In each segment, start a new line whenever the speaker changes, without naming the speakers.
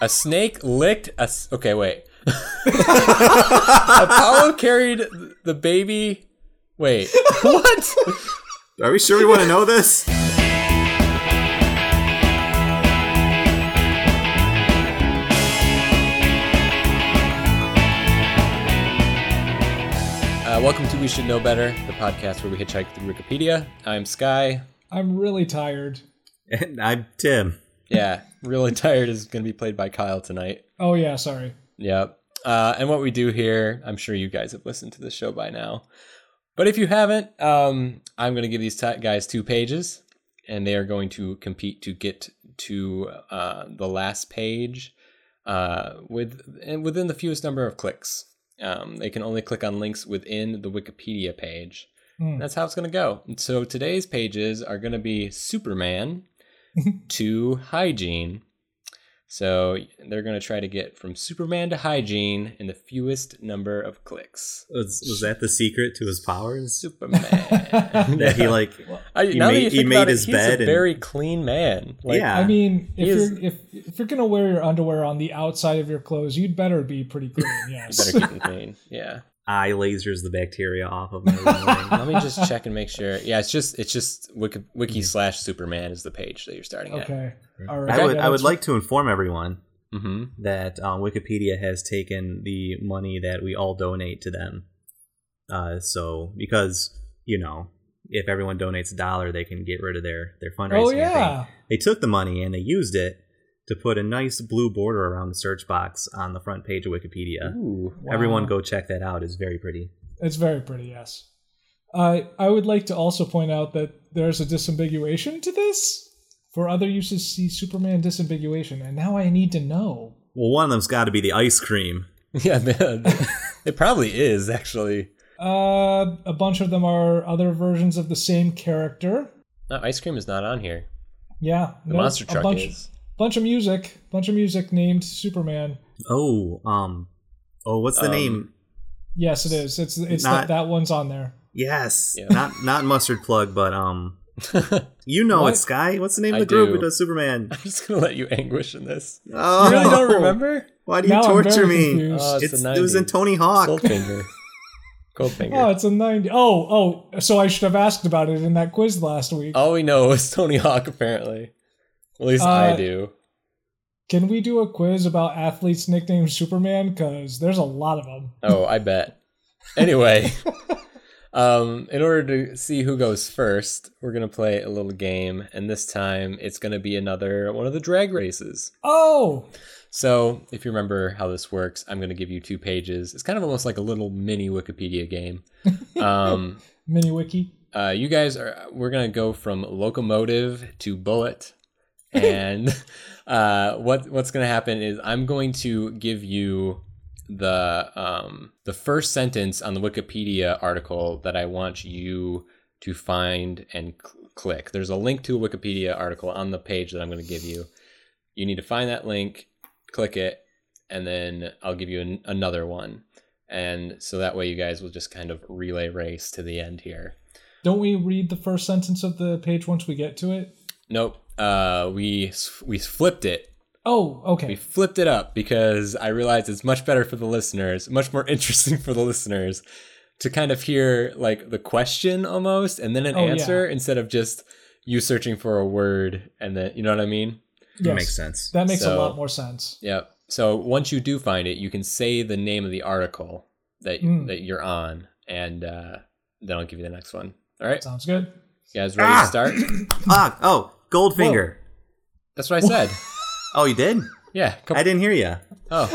A snake licked a. s- Okay, wait. Apollo carried the baby. Wait.
What?
Are we sure we want to know this?
Uh, welcome to We Should Know Better, the podcast where we hitchhike through Wikipedia. I'm Sky.
I'm really tired.
And I'm Tim.
Yeah, really tired is going to be played by Kyle tonight.
Oh yeah, sorry.
Yep. Uh, and what we do here, I'm sure you guys have listened to this show by now. But if you haven't, um, I'm going to give these ti guys two pages, and they are going to compete to get to uh, the last page uh, with and within the fewest number of clicks. Um, they can only click on links within the Wikipedia page.
Hmm.
That's how it's going to go. And So today's pages are going to be Superman to hygiene. So they're going to try to get from Superman to hygiene in the fewest number of clicks.
Was, was that the secret to his powers?
Superman.
That he like
I,
He
now that
made-
you
he
think
made
about it,
his
he's
bed
a
and-
very clean man. Like,
Yeah.
I mean, if
He is-
you're if if you're gonna wear your underwear on the outside of your clothes, you'd better be pretty clean.
you
Yes.
better keep him clean. Yeah.
eye lasers the bacteria off of my
Let me just check and make sure. Yeah, it's just it's just wiki,
Mm-hmm.
wiki slash Superman is the page that you're starting at.
okay. All right.
I would
yeah,
I would
that's-
like to inform everyone
Mm-hmm.
that uh, Wikipedia has taken the money that we all donate to them. Uh, so because you know, if everyone donates a dollar, they can get rid of their their fundraising.
Oh
thing.
yeah.
They took the money and they used it to put a nice blue border around the search box on the front page of Wikipedia.
Ooh.
Wow.
Everyone go check that out. It's very pretty.
It's very pretty. Yes. I I would like to also point out that there's a disambiguation to this. For other uses, see Superman disambiguation, and now I need to know.
Well, one of them's got to be the ice cream.
Yeah, man. it probably is actually.
Uh, a bunch of them are other versions of the same character.
No, ice cream is not on here.
Yeah,
The
no,
monster
a
truck
bunch,
is.
bunch of music, bunch of music named Superman.
Oh, um, oh, what's the
Um,
name?
Yes, it is. It's it's
Not-
that that one's on there.
Yes,
Yeah.
not not mustard plug, but um, you know
What?
it, Sky. What's the name
I
of the group
do.
who does Superman?
I'm just gonna let you anguish in this.
Oh,
You really don't remember?
Why do you
Now I'm
torture
very
me?
confused.
Oh, it's
It's,
the
it was in
90s.
Tony Hawk.
Goldfinger.
Oh,
Goldfinger.
it's a ninety. Oh, oh. So I should have asked about it in that quiz last week.
Oh.
All we know is Tony Hawk, apparently. At least I
Uh,
do.
Can we do a quiz about athletes nicknamed Superman? Because there's a lot of them.
Oh, I bet. Anyway, um, in order to see who goes first, we're gonna play a little game, and this time it's gonna be another one of the drag races.
Oh,
So, if you remember how this works, I'm gonna give you two pages. It's kind of almost like a little mini Wikipedia game. Um,
mini wiki.
uh, you guys are we're gonna go from locomotive to bullet and uh, what what's gonna happen is i'm going to give you the um, the first sentence on the wikipedia article that i want you to find and cl- click there's a link to a wikipedia article on the page that i'm going to give you you need to find that link click it and then i'll give you an, another one and so that way you guys will just kind of relay race to the end here
Don't we read the first sentence of the page once we get to it?
Nope. Uh, we we flipped it.
Oh,
We
okay.
flipped it up because I realized it's much better for the listeners, much more interesting for the listeners to kind of hear like the question almost and then an
Oh, yeah.
answer instead of just you searching for a word and then you know what I mean?
Yes.
Makes sense.
That makes
So-
a lot more sense.
Yep. So once you do find it, you can say the name of the article that
Mm.
that you're on and uh then I'll give you the next one. All right.
Sounds good.
You guys ready
Ah!
to start?
Ah, oh, Goldfinger.
That's what I said.
Oh, you did?
Yeah. Couple,
I didn't hear you.
oh,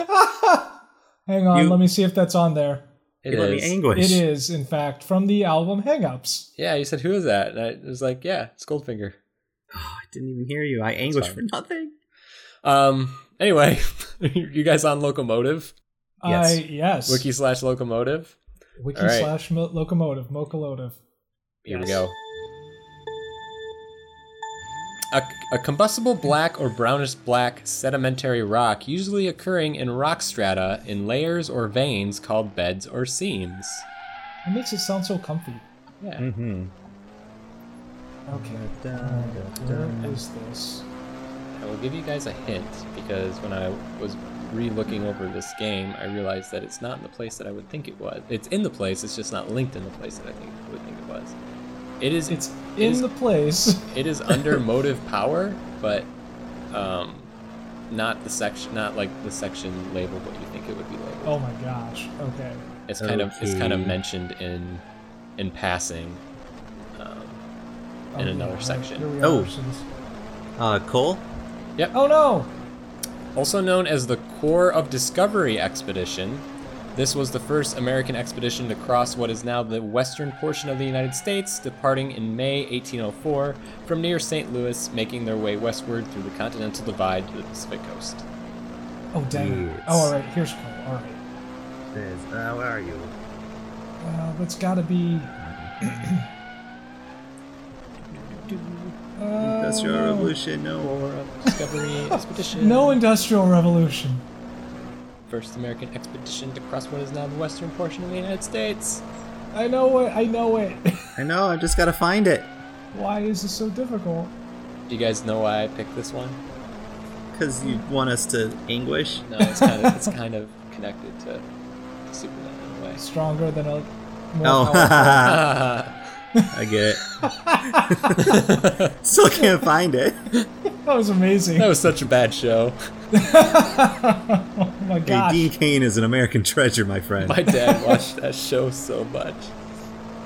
Hang on,
You-
let me see if that's on there.
it
You let me
is.
anguish.
It is, in fact, from the album Hangups.
yeah, you said, who is that? And I was like, yeah, it's Goldfinger.
Oh, I didn't even hear you. I anguish for
fine.
nothing.
Um, anyway, you guys on Locomotive?
Yes.
I yes.
Wiki slash Locomotive?
Wiki
All right.
slash mo- locomotive, mocolotive.
Here we
Yes.
go. A, a combustible black or brownish black sedimentary rock usually occurring in rock strata in layers or veins called beds or seams.
It makes it sound so comfy.
Yeah.
Mm-hmm.
Okay. Where is this?
I will give you guys a hint because when I was re-looking over this game, I realized that it's not in the place that I would think it was. It's in the place, it's just not linked in the place that I think would think it was. It is
It's
it
in
is-
the place.
it is under motive power, but um, not the section, not like the section labeled what you think it would be labeled.
Oh my gosh. Okay.
It's kind of it's kind of
Okay.
mentioned in in passing. Um,
Oh,
In another
yeah,
section.
here we
Oh.
are, since-
Uh, Cole?
Oh no.
also known as the Core of Discovery Expedition, this was the first American expedition to cross what is now the western portion of the United States, departing in May 1804 from near St. Louis, making their way westward through the Continental Divide to the Pacific Coast.
Oh dang. it.
Yes.
Oh all right. Here's Cole. All right.
Says, uh, where are you?
Well, that's got to be. Uh,
no.
Core of Discovery Expedition.
No industrial revolution.
First American expedition to cross what is now the western portion of the United States.
I know it. I know it.
I know, I just gotta find it.
Why is this so difficult?
Do you guys know why I picked this one?
Because you want us to anguish?
No, it's kind of it's kind of connected to Superman in a way.
Stronger than a. More
Oh,
powerful-
I get it. Still can't find it.
that was amazing.
that was such a bad show.
oh my
Hey,
gosh.
Dean Kane is an American treasure, my friend.
My dad watched that show so much.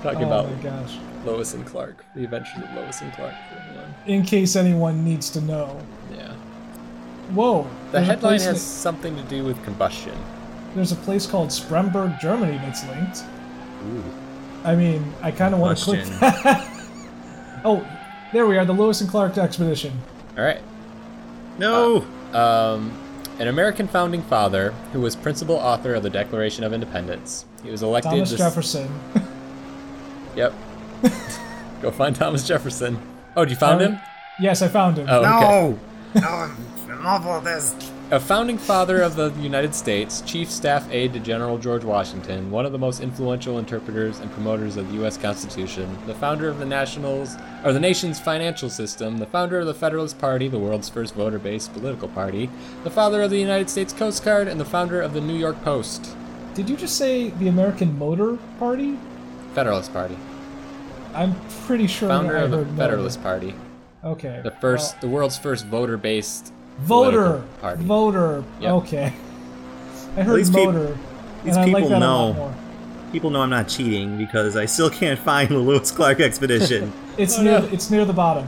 Talking
oh
about
my gosh.
Lois and Clark, the adventures of Lois and Clark. for everyone.
In case anyone needs to know.
Yeah.
Whoa.
The
there's a
headline
place
has something to do with combustion.
na- there's a place called Spremberg, Germany that's linked.
Ooh.
I mean, I kind of want to click
Question.
that. oh, there we are, the Lewis and Clark expedition.
All right.
No!
Um, an American founding father who was principal author of the Declaration of Independence. He was elected.
Thomas
the-
Jefferson.
Yep. Go find Thomas Jefferson. Oh, you found him?
Yes, I found him.
Oh, okay.
No! I'm awful at this.
A founding father of the United States, chief staff aide to General George Washington, one of the most influential interpreters and promoters of the U.S. Constitution, the founder of the nationals or the nation's financial system, the founder of the Federalist Party, the world's first voter-based political party, the father of the United States Coast Guard, and the founder of the New York Post
Did you just say the American Motor Party?
Federalist Party,
I'm pretty sure that
founder
I
of the
heard motor.
Federalist Party,
Okay.
the first, the world's first voter-based
Well, voter
political party.
voter.
Yep.
Okay. I heard
least peop-
motor.
these
and I like
people
that a
know.
lot more.
People know I'm not cheating because I still can't find the Lewis Clark expedition.
It's
Oh,
near
no.
it's near the bottom.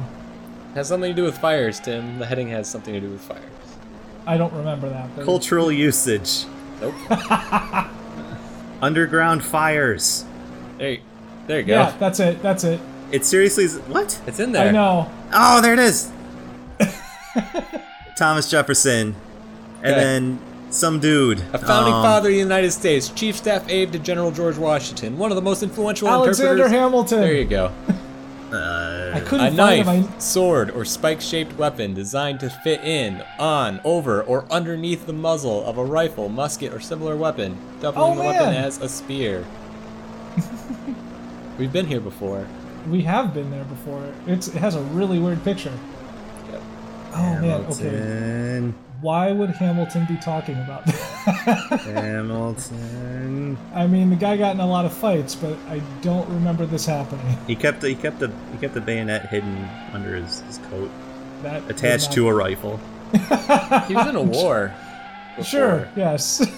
has something to do with fires, Tim. The heading has something to do with fires.
I don't remember that. But
Cultural usage.
Nope.
Underground fires.
There, you- there you go.
yeah, that's it. That's it.
It seriously is. What?
It's in there.
I know.
Oh, there it is. Thomas Jefferson, and
Okay.
then some dude.
A founding
Um,
father of the United States, chief staff aide to General George Washington, one of the most influential
Alexander
interpreters.
Hamilton.
There you go.
I
Uh,
couldn't
A
find
knife,
him. I,
sword, or spike-shaped weapon designed to fit in, on, over, or underneath the muzzle of a rifle, musket, or similar weapon, doubling
Oh,
the weapon
man.
as a spear. We've been here before.
we have been there before. It's, it has a really weird picture.
Yep.
Oh man. Okay.
Hamilton.
Why would Hamilton be talking about that?
Hamilton.
I mean, the guy got in a lot of fights, but I don't remember this happening.
He kept the he kept the he kept the bayonet hidden under his, his coat,
That
attached to a rifle.
He was in a war. before.
Sure. Yes.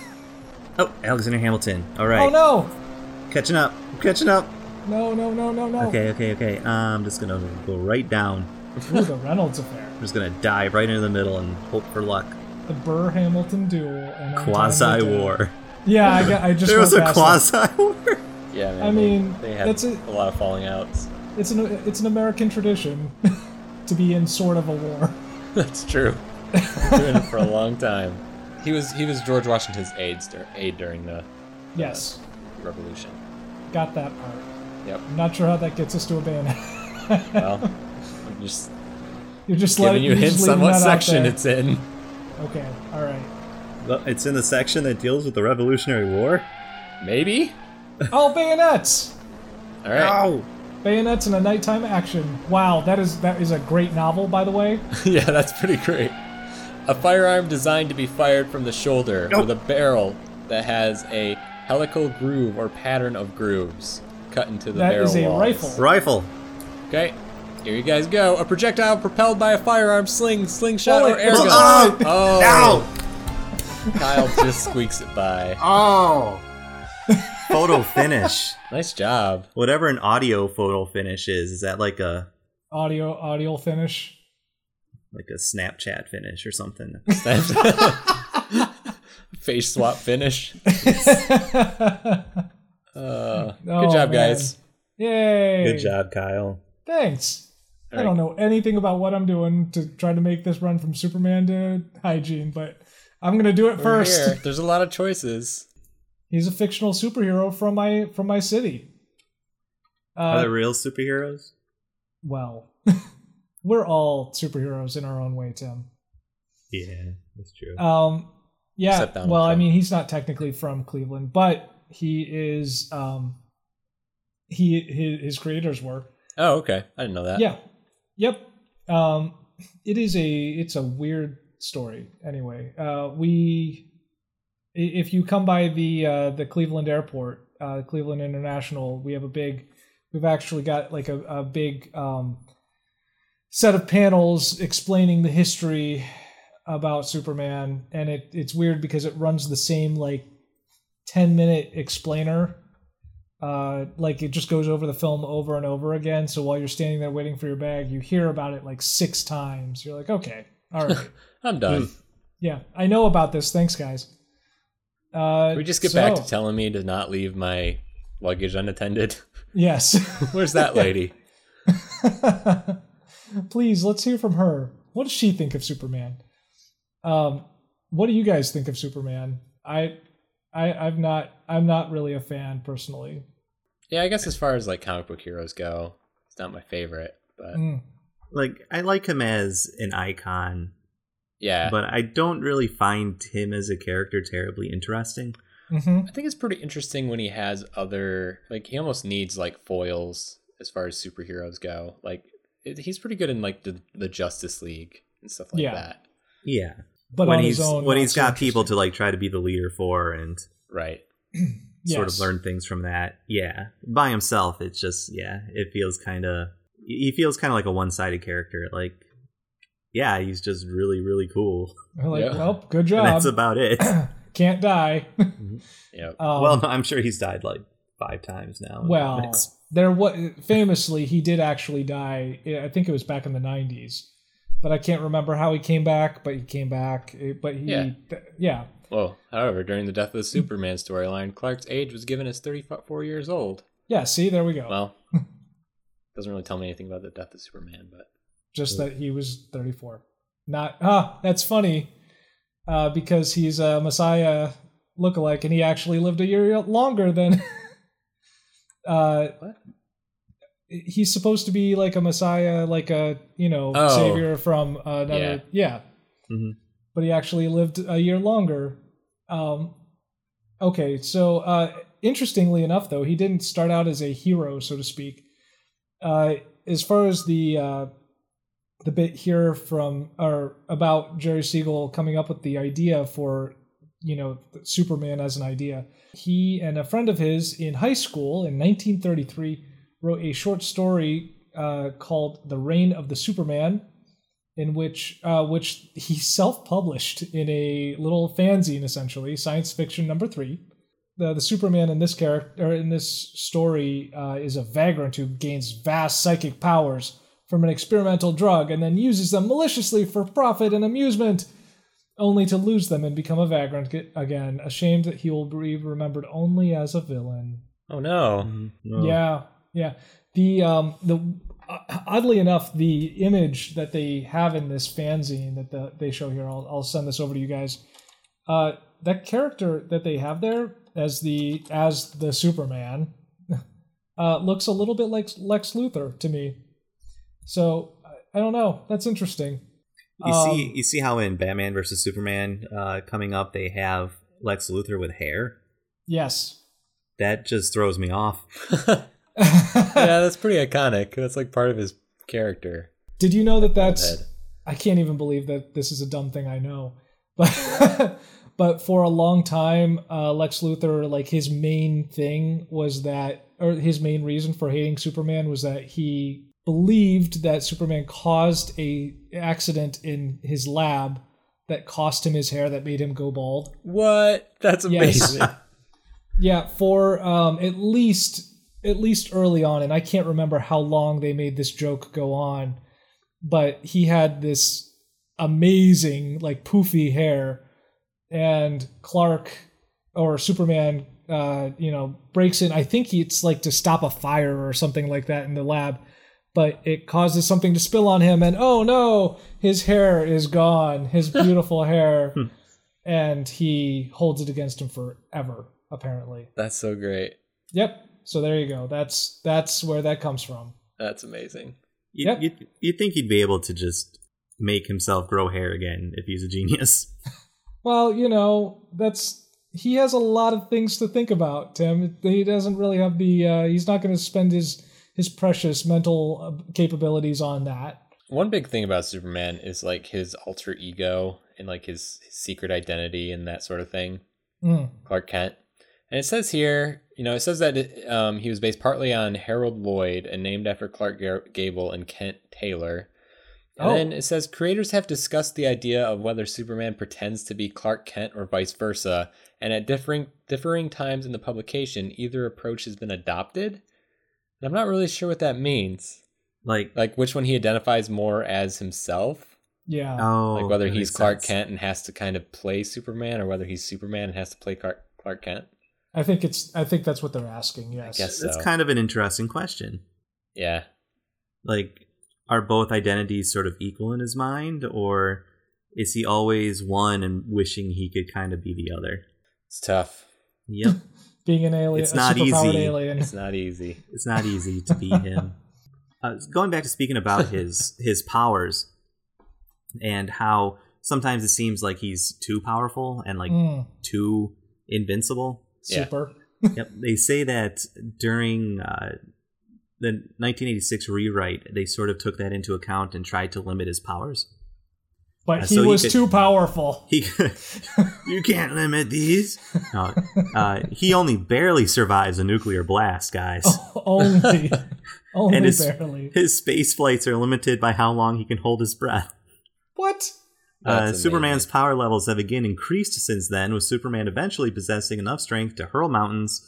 Oh, Alexander Hamilton. All right,
Oh no! Oh.
catching up. I'm catching up.
No! No! No! No! No!
Okay, okay, okay. I'm just gonna go right down.
Ooh, the Reynolds affair,
I'm just gonna dive right into the middle and hope for luck.
the Burr Hamilton duel, and I'm done
Quasi
with it.
war.
Yeah, I, got, I just
There
went
was a
past
quasi war.
Yeah. Man,
I
they-
mean,
they, had
that's a-
a lot of falling outs.
it. It's an it's an American tradition to be in sort of a war.
That's true. Been doing it for a long time. He was he was George Washington's aide, dur- aide during the
Yes,
revolution.
got that part.
Yep.
I'm not sure how that gets us to a ban.
Well, I'm just
You're just
giving
letting
you
you're just
hints on
leaving
what
that out
section
there.
it's in.
Okay. All right.
Well, It's in the section that deals with the Revolutionary War.
Maybe.
Oh, bayonets!
All right.
Oh,
Bayonets and a Nighttime Action. Wow, that is that is a great novel, by the way.
yeah, that's pretty great. A firearm designed to be fired from the shoulder with a barrel that has a helical groove or pattern of grooves cut into the
That
barrel.
is a
walls.
rifle.
Rifle.
Okay, here you guys go. A projectile propelled by a firearm sling, slingshot,
Oh,
or air gun.
Oh,
Oh,
Ow!
Kyle just squeaks it by.
Oh! photo finish.
Nice job.
Whatever an audio photo finish is, is that like a
Audio audio finish.
like a Snapchat finish or something?
Face swap finish. Uh,
Oh,
good job,
man.
guys.
Yay!
Good job, Kyle.
Thanks. I don't know anything about what I'm doing to try to make this run from Superman to hygiene, but I'm gonna do it
We're
1st
here. There's a lot of choices.
He's a fictional superhero from my from my city.
Are
Uh,
there real superheroes?
well, we're all superheroes in our own way, Tim.
Yeah, that's true.
Um, yeah.
Except Donald
Well, I
Trump.
mean, he's not technically from Cleveland, but he is. Um, he his, his creators were.
Oh, okay. I didn't know that.
yeah. Yep. Um, it is a it's a weird story. Anyway, uh, we i- if you come by the uh, the Cleveland Airport, uh, Cleveland International, we have a big. We've actually got like a, a big um, set of panels explaining the history about Superman, and it it's weird because it runs the same like ten minute explainer uh, like it just goes over the film over and over again. So while you're standing there waiting for your bag, you hear about it like six times. You're like, okay, all right,
I'm done.
Hmm.
yeah, I know about this. Thanks, guys. Uh,
Can we just get
so-
back to telling me to not leave my luggage unattended?
yes.
Where's that lady?
Please, let's hear from her. What does she think of Superman? Um, what do you guys think of Superman? I, I, I'm not. I'm not really a fan personally.
yeah, I guess as far as like comic book heroes go, it's not my favorite, but
Mm.
Like, I like him as an icon,
yeah.
but I don't really find him as a character terribly interesting.
hmm
I think it's pretty interesting when he has other like he almost needs like foils as far as superheroes go. Like it, he's pretty good in like the, the Justice League and stuff like
Yeah.
that.
Yeah,
But
when
on
he's
his own,
when
not
he's
so
got people to
interesting.
like try to be the leader for and
Right.
sort of
Yes.
learn things from that. Yeah, by himself, it's just yeah, it feels kind of he feels kind of like a one sided character. Like, yeah, he's just really really cool.
They're like,
Yeah.
well, good
And
job.
that's about it.
Um, Can't die.
Yeah.
Um,
well,
well,
no, I'm sure he's died like five times now. It's-
there what famously he did actually die. I think it was back in the '90s, but I can't remember how he came back. But he came back. It- But he,
Yeah.
th- yeah,
Well, however, during the death of the Superman storyline, Clark's age was given as 34 years old.
yeah. See, there we go.
Well, doesn't really tell me anything about the death of Superman, but
Just that he was 34. Not ah, that's funny, uh, because he's a Messiah lookalike, and he actually lived a year longer than. uh,
What?
He's supposed to be like a Messiah, like a you know
Oh.
savior from another. Yeah.
Mhm.
But he actually lived a year longer. Um, okay, so uh, interestingly enough, though, he didn't start out as a hero, so to speak. Uh, as far as the uh, the bit here from or about Jerry Siegel coming up with the idea for you know Superman as an idea. He and a friend of his in high school in 1933 wrote a short story uh, called "The Reign of the Superman," in which uh, which he self-published in a little fanzine, essentially science fiction number three. The, the Superman in this character or in this story uh, is a vagrant who gains vast psychic powers from an experimental drug and then uses them maliciously for profit and amusement only to lose them and become a vagrant ge- again, ashamed that he will be remembered only as a villain.
oh no,
Mhm. No.
mm-hmm. Yeah, yeah. The um the oddly enough, the image that they have in this fanzine that the, they show here, I'll I'll send this over to you guys. Uh, that character that they have there as the as the Superman uh, looks a little bit like Lex Luthor to me. So I I don't know. That's interesting.
You
Um,
see, you see how in Batman versus Superman uh, coming up, they have Lex Luthor with hair.
Yes.
That just throws me off.
yeah, that's pretty iconic. That's like part of his character.
Did you know that
Uh,
Head.
that's? I can't even believe that this is a dumb thing I know, but but for a long time, uh, Lex Luthor, like his main thing was that, or his main reason for hating Superman was that he believed that Superman caused a accident in his lab that cost him his hair that made him go bald.
What? That's
Yes.
amazing.
Yeah, for um, at least at least early on, and I can't remember how long they made this joke go on, but he had this amazing like poofy hair, and Clark or Superman, uh, you know, breaks in. I think it's like to stop a fire or something like that in the lab, but it causes something to spill on him, and oh no, his hair is gone, his beautiful hair, and he holds it against him forever. Apparently,
that's so great.
Yep. So there you go. That's that's where that comes from.
That's amazing.
You,
Yep.
you, you'd think he'd be able to just make himself grow hair again if he's a genius.
Well, you know, that's he has a lot of things to think about, Tim. He doesn't really have the uh, he's not going to spend his his precious mental uh, capabilities on that.
One big thing about Superman is like his alter ego and like his, his secret identity and that sort of thing.
Mm.
Clark Kent. And it says here, you know, it says that um, he was based partly on Harold Lloyd and named after Clark Gar- Gable and Kent Taylor. And
Oh.
then it says creators have discussed the idea of whether Superman pretends to be Clark Kent or vice versa, and at differing differing times in the publication, either approach has been adopted. And I'm not really sure what that means.
Like,
Like which one he identifies more as himself,
Yeah.
oh,
like whether
that
he's
makes
Clark
sense.
Kent and has to kind of play Superman, or whether he's Superman and has to play Clark, Clark Kent.
I think it's I think that's what they're asking. Yes.
guess.
That's
so.
kind of an interesting question.
Yeah,
Like, are both identities sort of equal in his mind, or is he always one and wishing he could kind of be the other?
it's tough.
Yep,
Being an alien,
It's
a
not
superpowered
easy.
alien.
It's not easy.
it's not easy to be him. Uh, going back to speaking about his his powers and how sometimes it seems like he's too powerful and like
Mm,
too invincible.
Yeah.
super.
yep. They say that during uh, the 1986 rewrite, they sort of took that into account and tried to limit his powers.
But
Yeah,
he
so he
was
could-
too powerful.
He, you can't limit these. No, uh, he only barely survives a nuclear blast, guys.
Oh. only, only
And it's-
barely.
His space flights are limited by how long he can hold his breath.
What?
That's
Uh,
amazing.
Superman's power levels have again increased since then, with Superman eventually possessing enough strength to hurl mountains,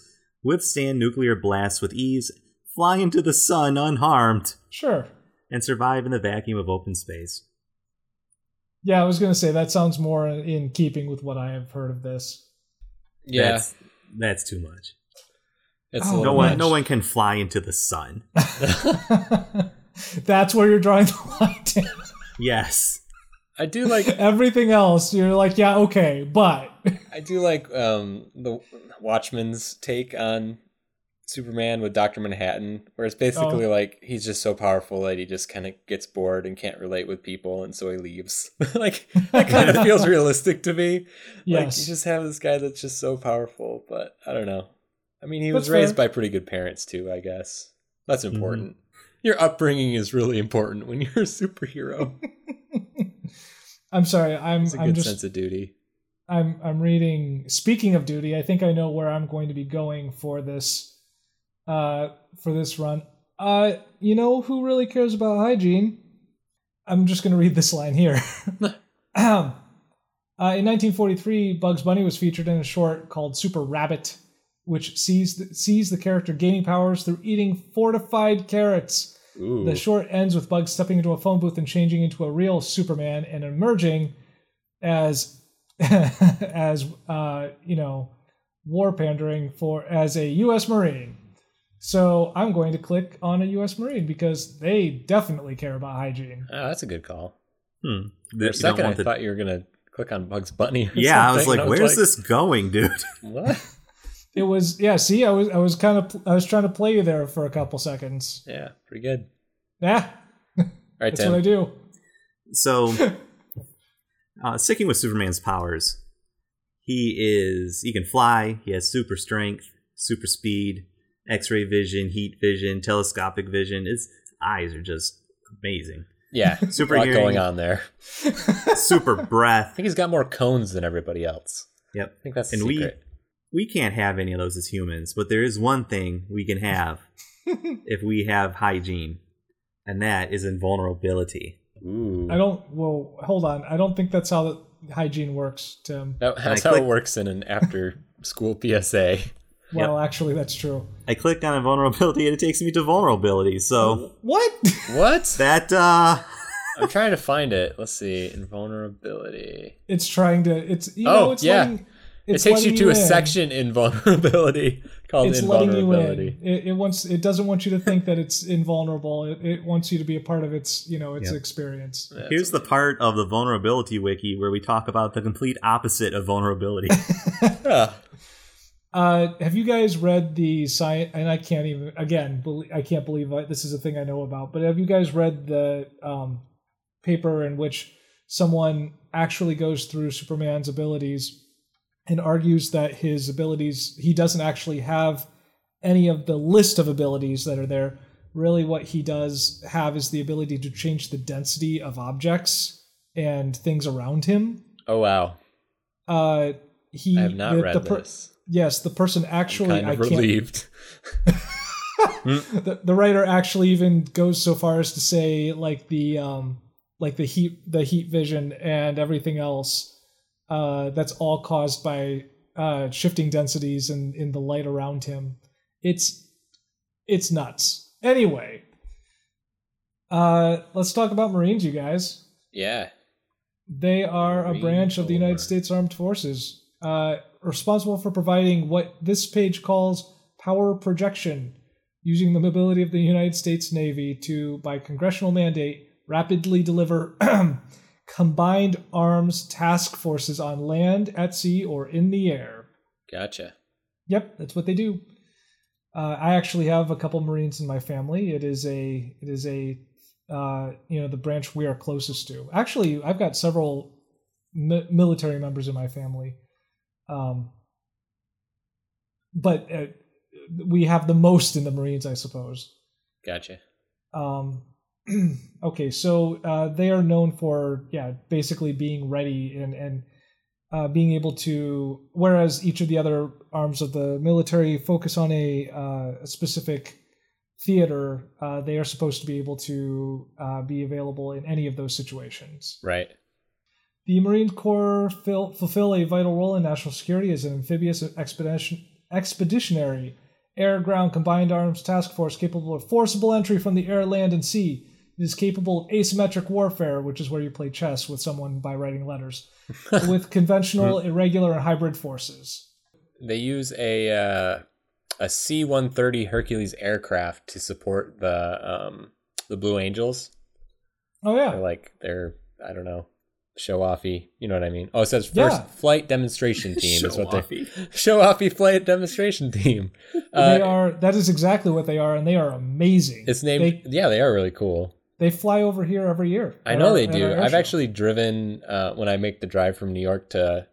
withstand nuclear blasts with ease, fly into the sun unharmed,
Sure.
and survive in the vacuum of open space.
Yeah, I was going to say that sounds more in keeping with what I have heard of this.
Yeah,
That's, that's too much.
it's
Oh,
a
No
little
Too
one,
much.
no one can fly into the sun.
That's where you're drawing the line. Tim.
Yes.
I do like.
Everything else, you're like, yeah, okay, but
I do like um the Watchman's take on Superman with Doctor Manhattan, where it's
Oh.
basically like he's just so powerful that he just kind of gets bored and can't relate with people, and so he leaves. like that kind of feels realistic to me. Like you
yes,
just have this guy that's just so powerful, but I don't know. I mean, he was
That's
raised
fair. Mm-hmm.
by pretty good parents too. I guess that's important. Your upbringing is really important when you're a superhero.
I'm sorry, I'm
It's a
I'm
good
just
sense of duty.
I'm I'm reading. Speaking of duty, I think I know where I'm going to be going for this, uh, for this run. Uh, you know who really cares about hygiene? I'm just going to read this line here. Ahem. Uh, in 1943, Bugs Bunny was featured in a short called Super Rabbit, which sees the, sees the character gaining powers through eating fortified carrots.
Ooh.
The short ends with Bugs stepping into a phone booth and changing into a real Superman and emerging as as uh, you know war pandering for as a U.S. Marine. So I'm going to click on a U.S. Marine because they definitely care about hygiene.
oh, that's a good call.
Hmm.
For
You
a
don't
second, I
want the-
thought you were gonna click on Bugs Bunny. Or
yeah, I was
something,
like,
and
where's this going, dude?
What?
It was yeah. See, I was I was kind of I was trying to play you there for a couple seconds.
Yeah, pretty good. All
Yeah,
right,
that's
Tim.
what I do.
So, uh, sticking with Superman's powers, he is he can fly. He has super strength, super speed, X-ray vision, heat vision, telescopic vision. His eyes are just amazing.
Yeah,
Super
a lot
hearing.
going on there.
Super
I
breath.
think he's got more cones than everybody else.
Yep.
I think that's the
And we-
secret.
We can't have any of those as humans, but there is one thing we can have if we have hygiene, and that is invulnerability.
Ooh.
I don't. Well, hold on. I don't think that's how the hygiene works, Tim.
That- that's
I
how it
click-
works in an after school PSA.
Well, actually, that's true.
I clicked on invulnerability and it takes me to vulnerability. So
What?
What?
that uh
I'm trying to find it. Let's see. Invulnerability.
it's trying to. It's you
Oh,
know. It's
yeah.
Letting,
It
it's
takes you
letting
to a
in.
section in vulnerability called
It's letting you in.
invulnerability.
It, it wants. It doesn't want you to think that it's invulnerable. It, it wants you to be a part of its. You know, its
Yep.
experience.
That's-
here's the part of the vulnerability wiki where we talk about the complete opposite of vulnerability.
Huh.
Uh, have you guys read the science? And I can't even again. Believe, I can't believe I, this is a thing I know about. But have you guys read the um, paper in which someone actually goes through Superman's abilities and argues that his abilities he doesn't actually have any of the list of abilities that are there. Really, what he does have is the ability to change the density of objects and things around him.
Oh wow.
Uh, he
I have not
the-
read
the per-
this.
Yes, the person actually
kind of
I can't
relieved.
the, the writer actually even goes so far as to say like the um like the heat the heat vision and everything else uh that's all caused by uh shifting densities and in the light around him it's it's nuts anyway uh let's talk about marines you guys
Yeah.
they are a
Marine
branch of the United
Corps.
States Armed Forces, uh, responsible for providing what this page calls power projection, using the mobility of the United States Navy to, by congressional mandate, rapidly deliver combined arms task forces on land, at sea, or in the air.
Gotcha.
Yep, that's what they do. Uh, I actually have a couple Marines in my family. It is a it is a uh, you know the branch we are closest to. Actually, I've got several mi- military members in my family, um, but uh, we have the most in the Marines, I suppose.
Gotcha.
Um, okay, so uh, they are known for yeah, basically being ready and and uh, being able to. Whereas each of the other arms of the military focus on a, uh, a specific theater, uh, they are supposed to be able to uh, be available in any of those situations.
Right.
The Marine Corps fill, fulfill a vital role in national security as an amphibious expedition, expeditionary air ground combined arms task force capable of forcible entry from the air, land, and sea. It is capable of asymmetric warfare, which is where you play chess with someone by writing letters, with conventional, irregular, and hybrid forces.
They use a uh, a C-130 Hercules aircraft to support the um, the Blue Angels.
Oh,
They're
yeah.
like they're I don't know show offy. You know what I mean? Oh, it says first
Yeah.
flight demonstration team is what they
Show-offy.
show offy flight demonstration team. Uh,
they are. That is exactly what they are, and they are amazing.
it's named
They,
yeah. They are really cool.
they fly over here every year.
I
at
know
our-
they
at
do.
our air
I've
show.
actually driven uh, when I make the drive from New York to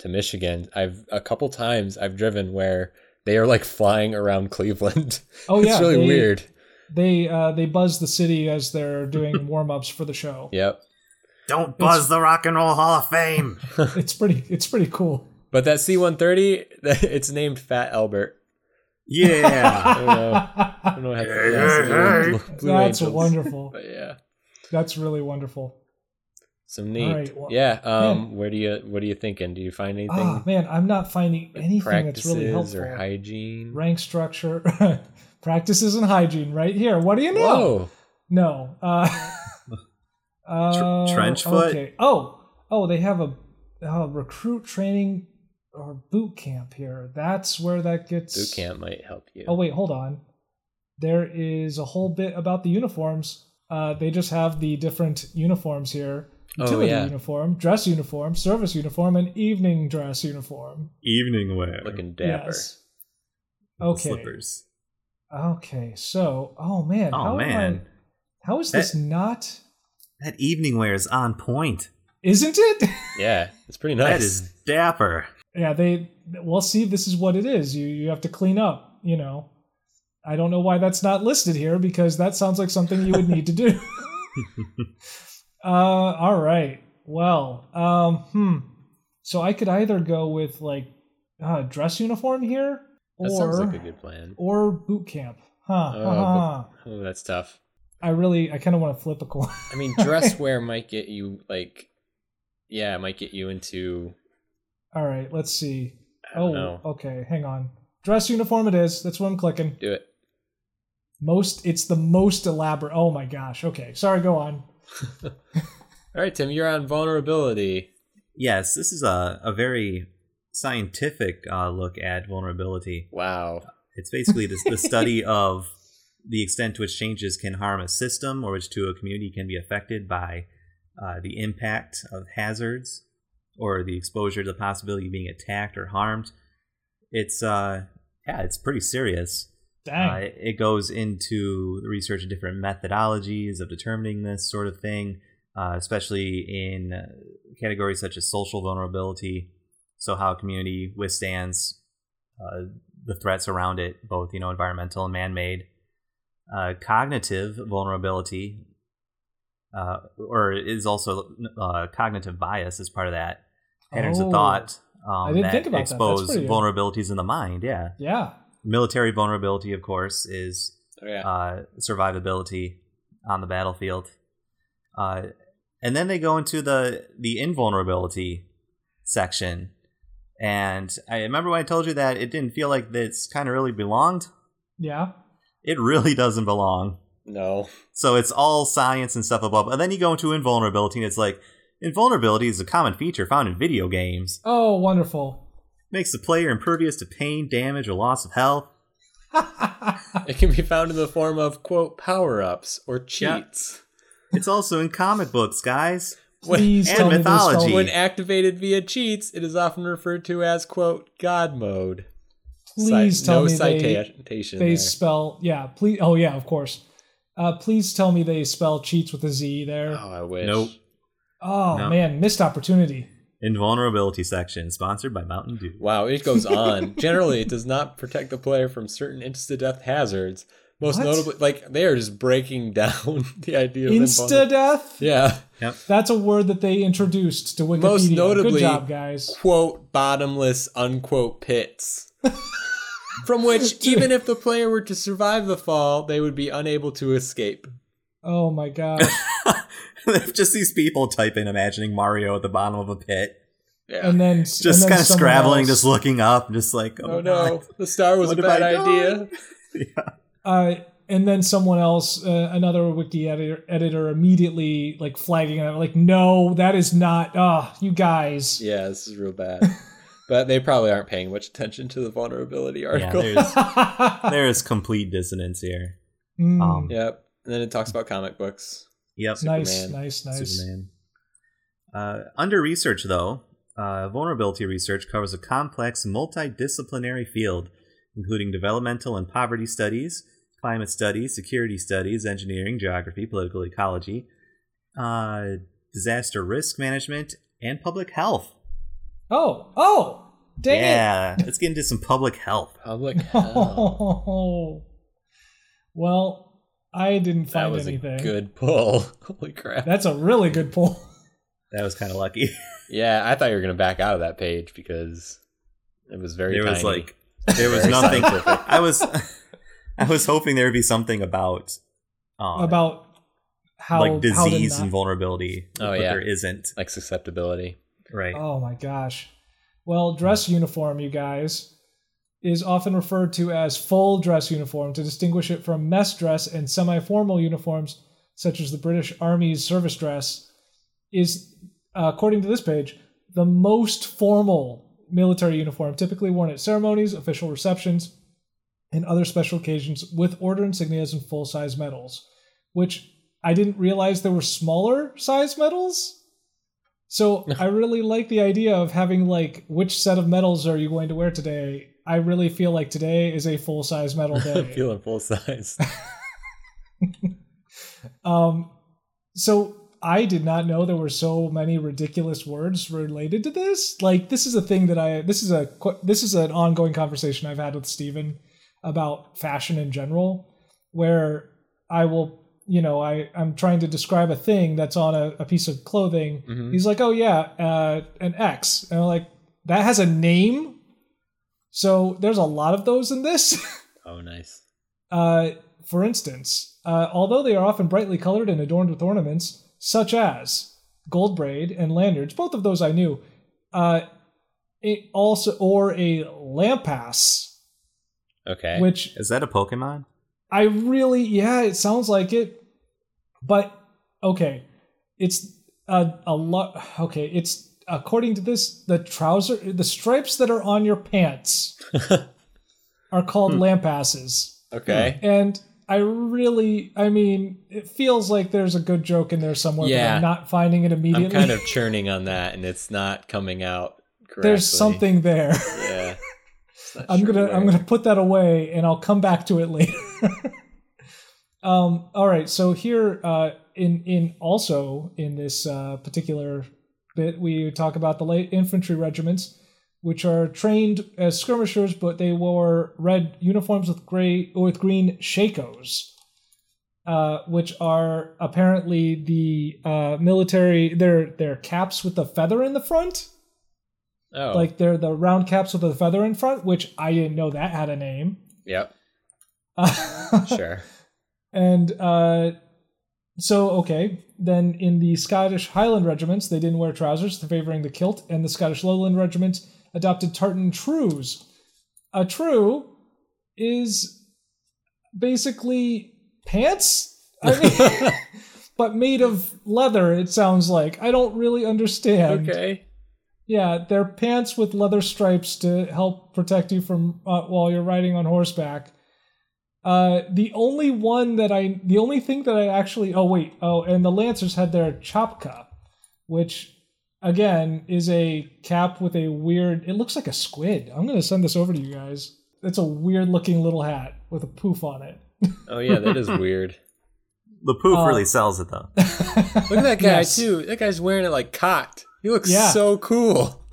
to Michigan. I've a couple times I've driven where they are like flying around Cleveland.
Oh,
it's
yeah,
really
they-
weird.
They uh, they buzz the city as they're doing warm ups for the show.
Yep.
Don't buzz the Rock and Roll Hall of Fame.
It's pretty it's pretty cool.
But that C-130, it's named Fat Albert.
Yeah.
I don't know. I don't know how to pronounce it. Blue- Blue
That's
Angels.
wonderful.
But yeah,
That's really wonderful.
some neat.
right, well-
yeah. Um. Where do you What are you thinking? Do you find anything?
Ah man, I'm not finding
with
anything that's
practices
really helpful.
or hygiene.
Rank structure, practices and hygiene, right here. What do you know?
Whoa.
No. Uh, uh,
trench foot?
Okay. Oh, oh, they have a, uh recruit training or boot camp here. That's where that gets
Boot camp might help you.
Oh wait, hold on. There is a whole bit about the uniforms. Uh, they just have the different uniforms here:
Oh,
utility
yeah.
uniform, dress uniform, service uniform, and evening dress uniform.
Evening wear.
Looking dapper.
Yes.
With
Okay.
the Slippers.
Okay. So, oh man.
Oh
how am I-
man,
how is this not?
that evening wear is on point.
Isn't it?
Yeah, it's pretty nice.
That is dapper.
yeah. They. Well, see, this is what it is. You you have to clean up. You know. I don't know why that's not listed here because that sounds like something you would need to do. uh, all right. Well, um, hmm. So I could either go with like uh, dress uniform here,
That sounds
or
like a good plan.
or boot camp. Huh.
Oh,
huh.
Oh, that's tough.
I really, I kind of want to flip a coin.
I mean, dress wear might get you like, yeah, it might get you into.
All right, let's see.
I don't
Oh,
know.
okay. Hang on. Dress uniform. It is. That's what I'm clicking.
Do it.
Most. It's the most elaborate. Oh my gosh. Okay. Sorry. Go on.
All right, Tim, you're on vulnerability.
Yes, this is a, a very scientific uh, look at vulnerability.
Wow.
It's basically the, the study of the extent to which changes can harm a system or which to a community can be affected by uh, the impact of hazards or the exposure to the possibility of being attacked or harmed. It's uh, yeah, it's pretty serious.
Dang.
Uh, it- it goes into the research of different methodologies of determining this sort of thing, uh, especially in uh, categories such as social vulnerability. So, how a community withstands uh, the threats around it, both you know environmental and man-made. Uh, cognitive vulnerability, uh, or is also uh, cognitive bias, is part of that. Patterns
Oh.
of thought um,
didn't
that
think about that. That's
expose
pretty-
vulnerabilities in the mind. Yeah,
Oh, Yeah.
military vulnerability, of course, is
Oh, yeah.
uh, survivability on the battlefield. Uh, and then they go into the the invulnerability section. And I remember when I told you that it didn't feel like this kind of really belonged.
Yeah.
It really doesn't belong.
no.
So it's all science and stuff above. And then you go into invulnerability, and it's like invulnerability is a common feature found in video games.
Oh, wonderful.
Makes the player impervious to pain, damage, or loss of health.
It can be found in the form of quote power ups or
Yeah.
cheats.
It's also in comic books, guys.
When-
Please
and
tell me this
mythology.
don't-
When activated via cheats, it is often referred to as quote God mode.
Please
Cit-
tell
no
me they,
citation.
they
there.
spell. Yeah. Please. Oh yeah. Of course. Uh, please tell me they spell cheats with a Z there.
Oh, I wish.
Nope.
Oh
No.
man, missed opportunity.
Invulnerability section, sponsored by Mountain Dew.
Wow, it goes on. Generally, it does not protect the player from certain instant death hazards. Most
What?
notably, like they are just breaking down the idea of
Insta
invulner-
death.
Yeah,
That's a word that they introduced to Wikipedia.
Most notably-
Good job, guys.
quote bottomless unquote pits. From which, even if the player were to survive the fall, they would be unable to escape.
Oh my gosh.
just these people type in imagining Mario at the bottom of a pit,
Yeah.
and then
just kind of scrabbling, just looking up, just like,
oh no, the star was
What
a
have I
bad
done?
idea.
Uh, and then someone else, uh, another wiki editor, editor, immediately like flagging it, like, no, that is not. Ah, you guys.
Yeah, this is real bad. but they probably aren't paying much attention to the vulnerability
Yeah,
article.
there's, there is complete dissonance here.
Mm,
Um,
yep. And then it talks about comic books.
Yep.
nice,
Superman.
nice, nice,
Superman. Uh, under research, though, uh, vulnerability research covers a complex, multidisciplinary field, including developmental and poverty studies, climate studies, security studies, engineering, geography, political ecology, uh, disaster risk management, and public health.
Oh, oh, dang it.
yeah, let's get into some public health.
Public health.
Oh. Well, I didn't find
that was
anything.
a good pull. Holy crap.
That's a really good pull.
That was kind of lucky.
yeah, I thought you were going to back out of that page because it was very
there was
tiny.
like there was
Very
nothing.
scientific.
I was I was hoping there would be something about um,
about how
like
how to
disease
not-
and vulnerability.
Oh,
but
yeah.
there isn't.
like susceptibility.
Right.
Oh my gosh. Well, dress uniform, you guys, is often referred to as full dress uniform to distinguish it from mess dress and semi formal uniforms, such as the British Army's service dress, is, uh, according to this page, the most formal military uniform typically worn at ceremonies, official receptions, and other special occasions with order insignias and full size medals, which I didn't realize there were smaller size medals. So I really like the idea of having like which set of medals are you going to wear today? I really feel like today is a full size medal day.
Feeling full size.
um, so I did not know there were so many ridiculous words related to this. Like this is a thing that I this is a qu- this is an ongoing conversation I've had with Steven about fashion in general, where I will, you know, I, I'm trying to describe a thing that's on a, a piece of clothing.
Mhm.
He's like, oh, yeah, uh, an X. And I'm like, that has a name? So there's a lot of those in this.
Oh, nice.
Uh, for instance, uh, although they are often brightly colored and adorned with ornaments, such as gold braid and lanyards, both of those I knew, uh, it also or a lampass,
Okay.
which
Is that a Pokemon?
I really, yeah, it sounds like it, but okay, it's a, a lot. Okay, it's according to this, the trouser, the stripes that are on your pants are called lampasses.
okay.
And I really, I mean, it feels like there's a good joke in there somewhere, but
Yeah.
I'm not finding it immediately.
I'm kind of churning on that, and it's not coming out correctly.
there's something there.
Yeah. It's not
I'm
sure
gonna I'm
where.
gonna put that away, and I'll come back to it later. um. All right. So here, uh, in in also in this uh, particular bit, we talk about the late infantry regiments, which are trained as skirmishers, but they wore red uniforms with gray or with green shakos. Uh, which are apparently the uh, military their their caps with the feather in the front
Oh. Like.
like they're the round caps with the feather in front, which I didn't know that had a name.
Yep.
Uh,
Sure.
and uh, so, okay, then in the Scottish Highland regiments, they didn't wear trousers, favoring the kilt, and the Scottish Lowland regiment adopted tartan trues. A true is basically pants. I mean, but made of leather. It sounds like I don't really understand.
okay.
Yeah, they're pants with leather stripes to help protect you from uh, while you're riding on horseback. Uh, the only one that I, the only thing that I actually, oh wait, oh, and the lancers had their chopka, which again is a cap with a weird. It looks like a squid. I'm gonna send this over to you guys. It's a weird looking little hat with a poof on it.
Oh yeah, that is weird.
The poof
Uh,
really sells it though.
Look at that guy
Yes.
too. That guy's wearing it like cocked. He looks
Yeah.
so cool.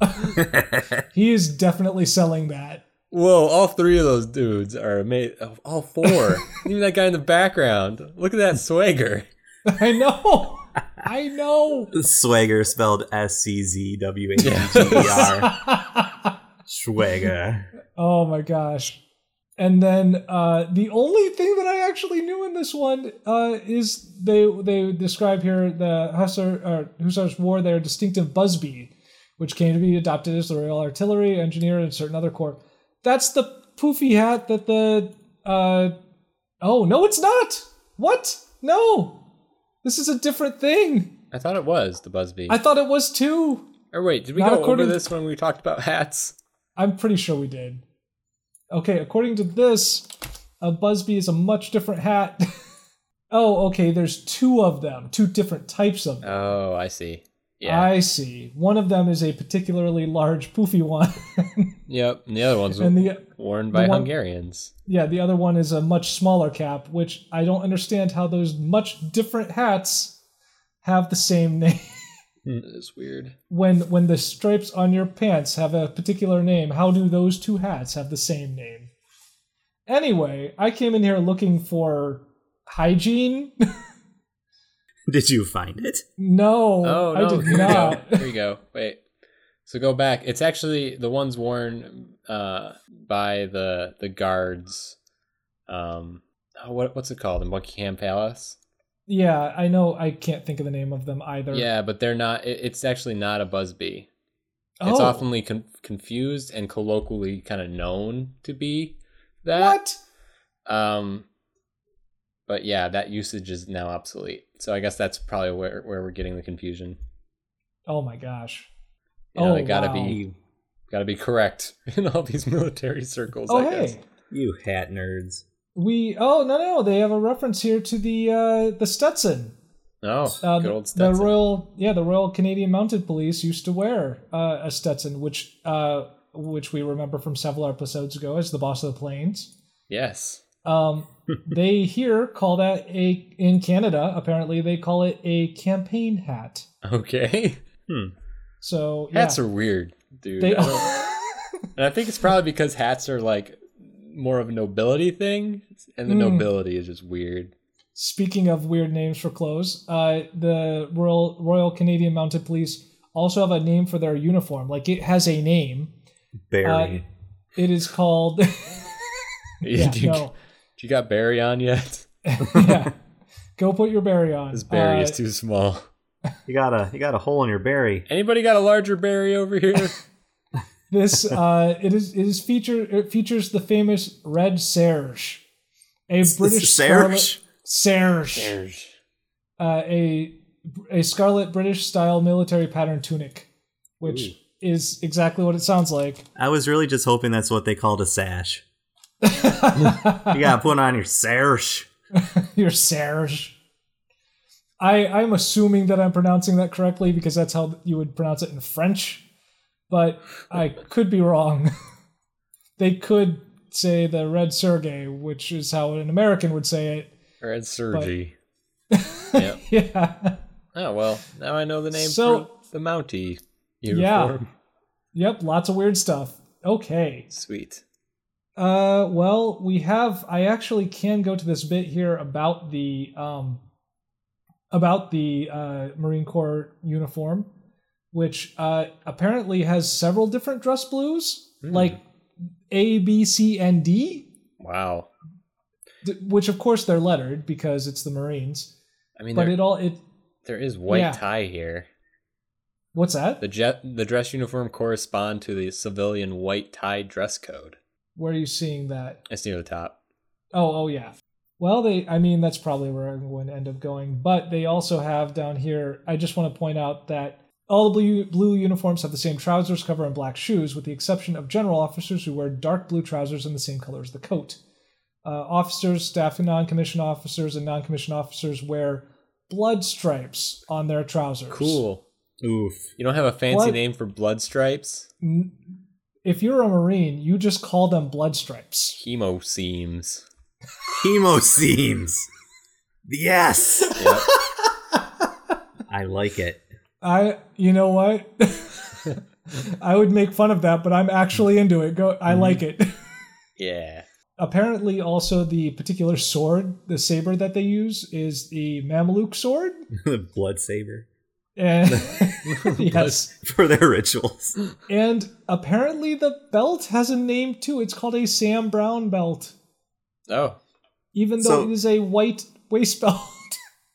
He is definitely selling that.
Whoa! All three of those dudes are amazing. All four. Even that guy in the background. Look at that swagger.
I know. I know.
Swagger spelled S C Z W A G G E R. Swagger.
Oh my gosh. And then uh, the only thing that I actually knew in this one uh, is they they describe here the Hussar, or Hussars wore their distinctive busby, which came to be adopted as the Royal Artillery, Engineer, and certain other corps. That's the poofy hat that the. Uh, oh, no, it's not! What? No! This is a different thing!
I thought it was the Busby.
I thought it was too!
or wait, did we
Not
go over
according to-
this when we talked about hats?
I'm pretty sure we did. Okay, according to this, a Busby is a much different hat. oh, okay, there's two of them, two different types of them.
Oh, I see. Yeah.
I see. One of them is a particularly large, poofy one,
Yep. And the other one's
and the
worn by
one-
Hungarians.
yeah, the other one is a much smaller cap, which I don't understand how those much different hats have the same name
It's weird.
when when the stripes on your pants have a particular name, how do those two hats have the same name? Anyway, I came in here looking for hygiene.
Did you find it?
no,
Oh no!
I did
here we
not.
go. Here we go. Wait. So go back. It's actually the ones worn uh, by the the guards. Um, oh, what what's it called? In Buckingham Palace.
yeah, I know. I can't think of the name of them either.
Yeah, but they're not. It, it's actually not a busby.
oh,
It's oftenly con- confused and colloquially kind of known to be that.
what?
Um, but yeah, that usage is now obsolete. So I guess that's probably where where we're getting the confusion.
Oh my gosh.
You know,
Oh,
they gotta be
You,
Got to be correct in all these military circles.
Oh
I
hey,
guess.
you hat nerds.
we. Oh no no, they have a reference here to the uh, the Stetson.
Oh,
Uh,
good old
the
Stetson.
Royal, yeah, the Royal Canadian Mounted Police used to wear uh, a Stetson, which uh, which we remember from several episodes ago as the boss of the plains.
yes.
Um, they here call that a in Canada. Apparently, they call it a campaign hat.
Okay.
So yeah,
Hats are weird, dude.
they
I don't- and I think it's probably because hats are like more of a nobility thing, and the
Mm.
nobility is just weird.
Speaking of weird names for clothes, uh, the Royal Royal Canadian Mounted Police also have a name for their uniform. Like it has a name.
Barry.
It is called. yeah,
do, you,
no.
do you got Barry on yet?
yeah. Go put your berry on.
This Barry is
Uh,
too small.
you got a you got a hole in your berry.
Anybody got a larger Barry over here?
This uh, it is it is feature it features the famous red serge, a British
Serge?
scarlet serge, uh, a a scarlet British style military pattern tunic, which
Ooh.
is exactly what it sounds like.
I was really just hoping that's what they called a sash. You gotta put on your sash.
Your serge. I I'm assuming that I'm pronouncing that correctly because that's how you would pronounce it in French, but I could be wrong. they could say the red serge, which is how an American would say it.
Or it's Sergi. yeah.
Yeah.
Oh well, now I know the name
So-
for the Mountie
Yeah.
uniform.
Yep, lots of weird stuff. Okay.
Sweet.
Uh well, we have I actually can go to this bit here about the um about the uh Marine Corps uniform, which uh apparently has several different dress blues,
Hmm.
like A, B, C, and D,
Wow.
d- which of course they're lettered because it's the Marines.
I mean,
but
there,
it all it
there is white
yeah.
tie here.
what's that?
The jet, the dress uniform correspond to the civilian white tie dress code.
Where are you seeing that?
It's near the top.
Oh, oh yeah. Well, they I mean that's probably where I'm going to end up going, but they also have down here I just want to point out that all the blue, blue uniforms have the same trousers cover and black shoes with the exception of general officers who wear dark blue trousers in the same color as the coat. Uh, officers, staff and non-commissioned officers and non-commissioned officers wear blood stripes on their trousers.
Cool.
Oof.
You don't have a fancy
What?
name for blood stripes?
N- If you're a marine, you just call them blood stripes.
Chemo seams.
Chemo seams. Yes. I like it.
I you know what? I would make fun of that, but I'm actually into it. Go I like it.
Yeah.
Apparently also the particular sword, the saber that they use is the Mameluke sword.
the blood saber
And yes.
for their rituals.
And apparently the belt has a name too. It's called a Sam Brown belt,
Oh,
even though
So-
it is a white waist belt.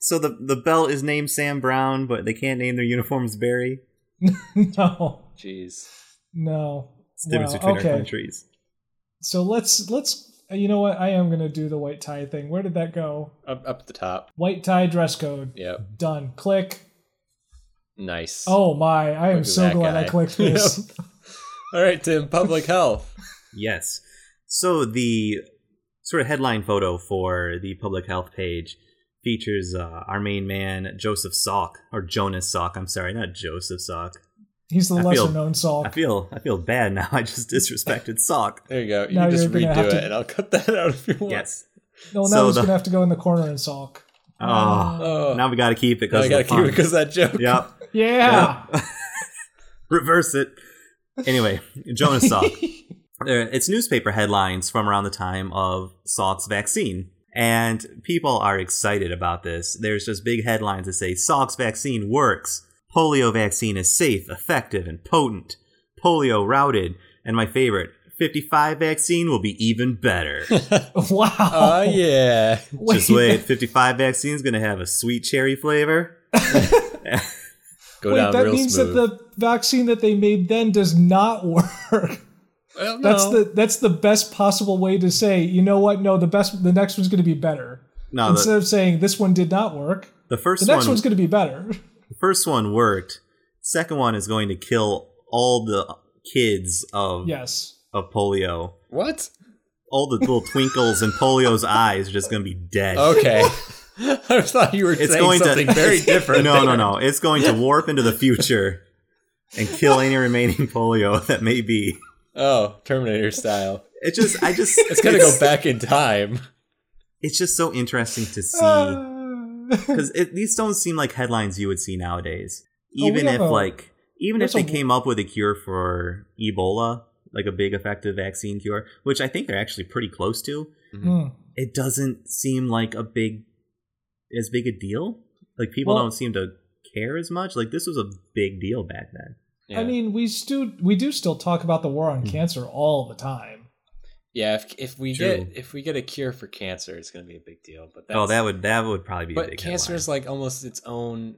So the the belt is named Sam Brown, but they can't name their uniforms Barry.
no.
jeez.
No.
It's the difference
Wow,
between
okay.
our countries.
So let's let's you know what? I am gonna do the white tie thing. Where did that go?
Up, up at the top.
White tie dress code.
Yep.
Done. Click.
Nice.
Oh my, I am
Look at
so
that
glad I
guy.
clicked this.
All right, Tim. Public health.
Yes. So the sort of headline photo for the public health page features uh, our main man Joseph Salk or Jonas Salk. I'm sorry, not Joseph Salk.
He's the
I
lesser
feel-
known Saul.
I feel I feel bad now. I just disrespected Salk.
There you go. You
Now
can just
you're gonna
redo
have
it,
to-
and I'll cut that out if you want.
Yes.
no, now
so
he's
the-
gonna have to go in the corner and sulk.
Oh,
Oh,
now we got to keep it
now
because
I gotta keep it because that joke.
Yep.
Yeah.
Reverse it. Anyway, Jonas Salk. There- it's newspaper headlines from around the time of Salk's vaccine. And people are excited about this. There's just big headlines that say Salk's vaccine works. Polio vaccine is safe, effective, and potent. Polio routed. And my favorite, 55 vaccine will be even better.
wow.
Oh yeah.
Wait,
Uh, just wait, 55 vaccine is going to have a sweet cherry flavor.
Go
wait,
down
that
real
means
smooth.
that the vaccine that they made then does not work.
well, no.
That's the that's the best possible way to say, you know what? No, the best the next one's gonna be better.
No,
Instead
Oh, the,
of saying this one did not work,
the
the
first
next
one
one's gonna be better.
first one worked. Second one is going to kill all the kids of
yes.
of polio.
what?
All the little twinkles in polio's eyes are just going to be dead.
Okay. I thought you were
It's
saying
going to-
something very different.
No, no,
there.
no. It's going to warp into the future and kill any remaining polio that may be.
Oh, Terminator style.
It just, I just,
It's gonna go back in time.
It's just so interesting to
Uh,
see
Ah.
because these don't seem like headlines you would see nowadays.
Oh, we
Even
have
if
a-
like, even if
there's
they
a-
came up with a cure for Ebola, like a big effective vaccine cure, which I think they're actually pretty close to.
Hmm.
It doesn't seem like a big as big a deal. Like people
Well-
don't seem to care as much. Like this was a big deal back then.
I mean, we still we do still talk about the war on
Hmm.
cancer all the time.
yeah. If if we
True.
get if we get a cure for cancer, it's going to be a big deal. But that's,
oh, that would that would probably be a
But
big
cancer
headline.
is like almost its own.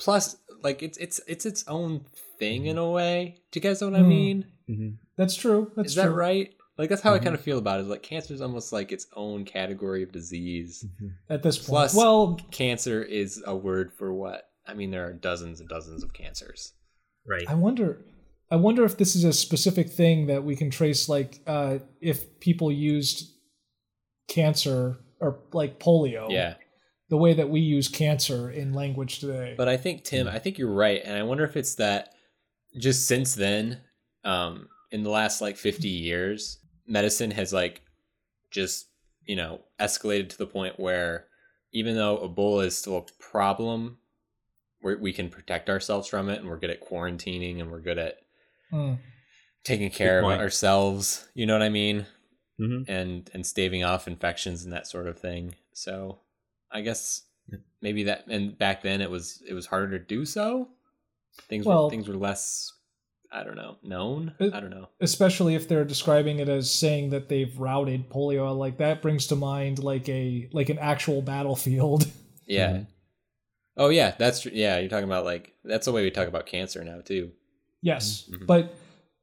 Plus, like it's it's it's its own thing
Mm-hmm.
in a way. Do you guys know what I
Hmm.
mean?
Mhm.
That's true. That's
is
true.
that right? Like that's how I
Mhm.
kind of feel about it. Like cancer is almost like its own category of disease.
At this point,
Plus-
well,
Mm.
Cancer is a word for what? I mean, there are dozens and dozens of cancers.
right.
I wonder. I wonder if this is a specific thing that we can trace, like uh, if people used cancer or like
Oh.
polio,
Yeah,
the way that we use cancer in language today.
but I think Tim, I think you're right, and I wonder if it's that just since then, um, in the last like 50 years, medicine has like just you know escalated to the point where even though Ebola is still a problem, we we can protect ourselves from it, and we're good at quarantining, and we're good at
Hmm.
taking care of
point.
ourselves you know what i mean
hmm
and and staving off infections and that sort of thing so i guess maybe that and back then it was it was harder to do so things
Well-
were things were less i don't know known
It-
i don't know
especially if they're describing it as saying that they've routed polio like that brings to mind like a like an actual battlefield
yeah oh yeah that's true yeah you're talking about like that's the way we talk about cancer now too
yes
Mhm.
but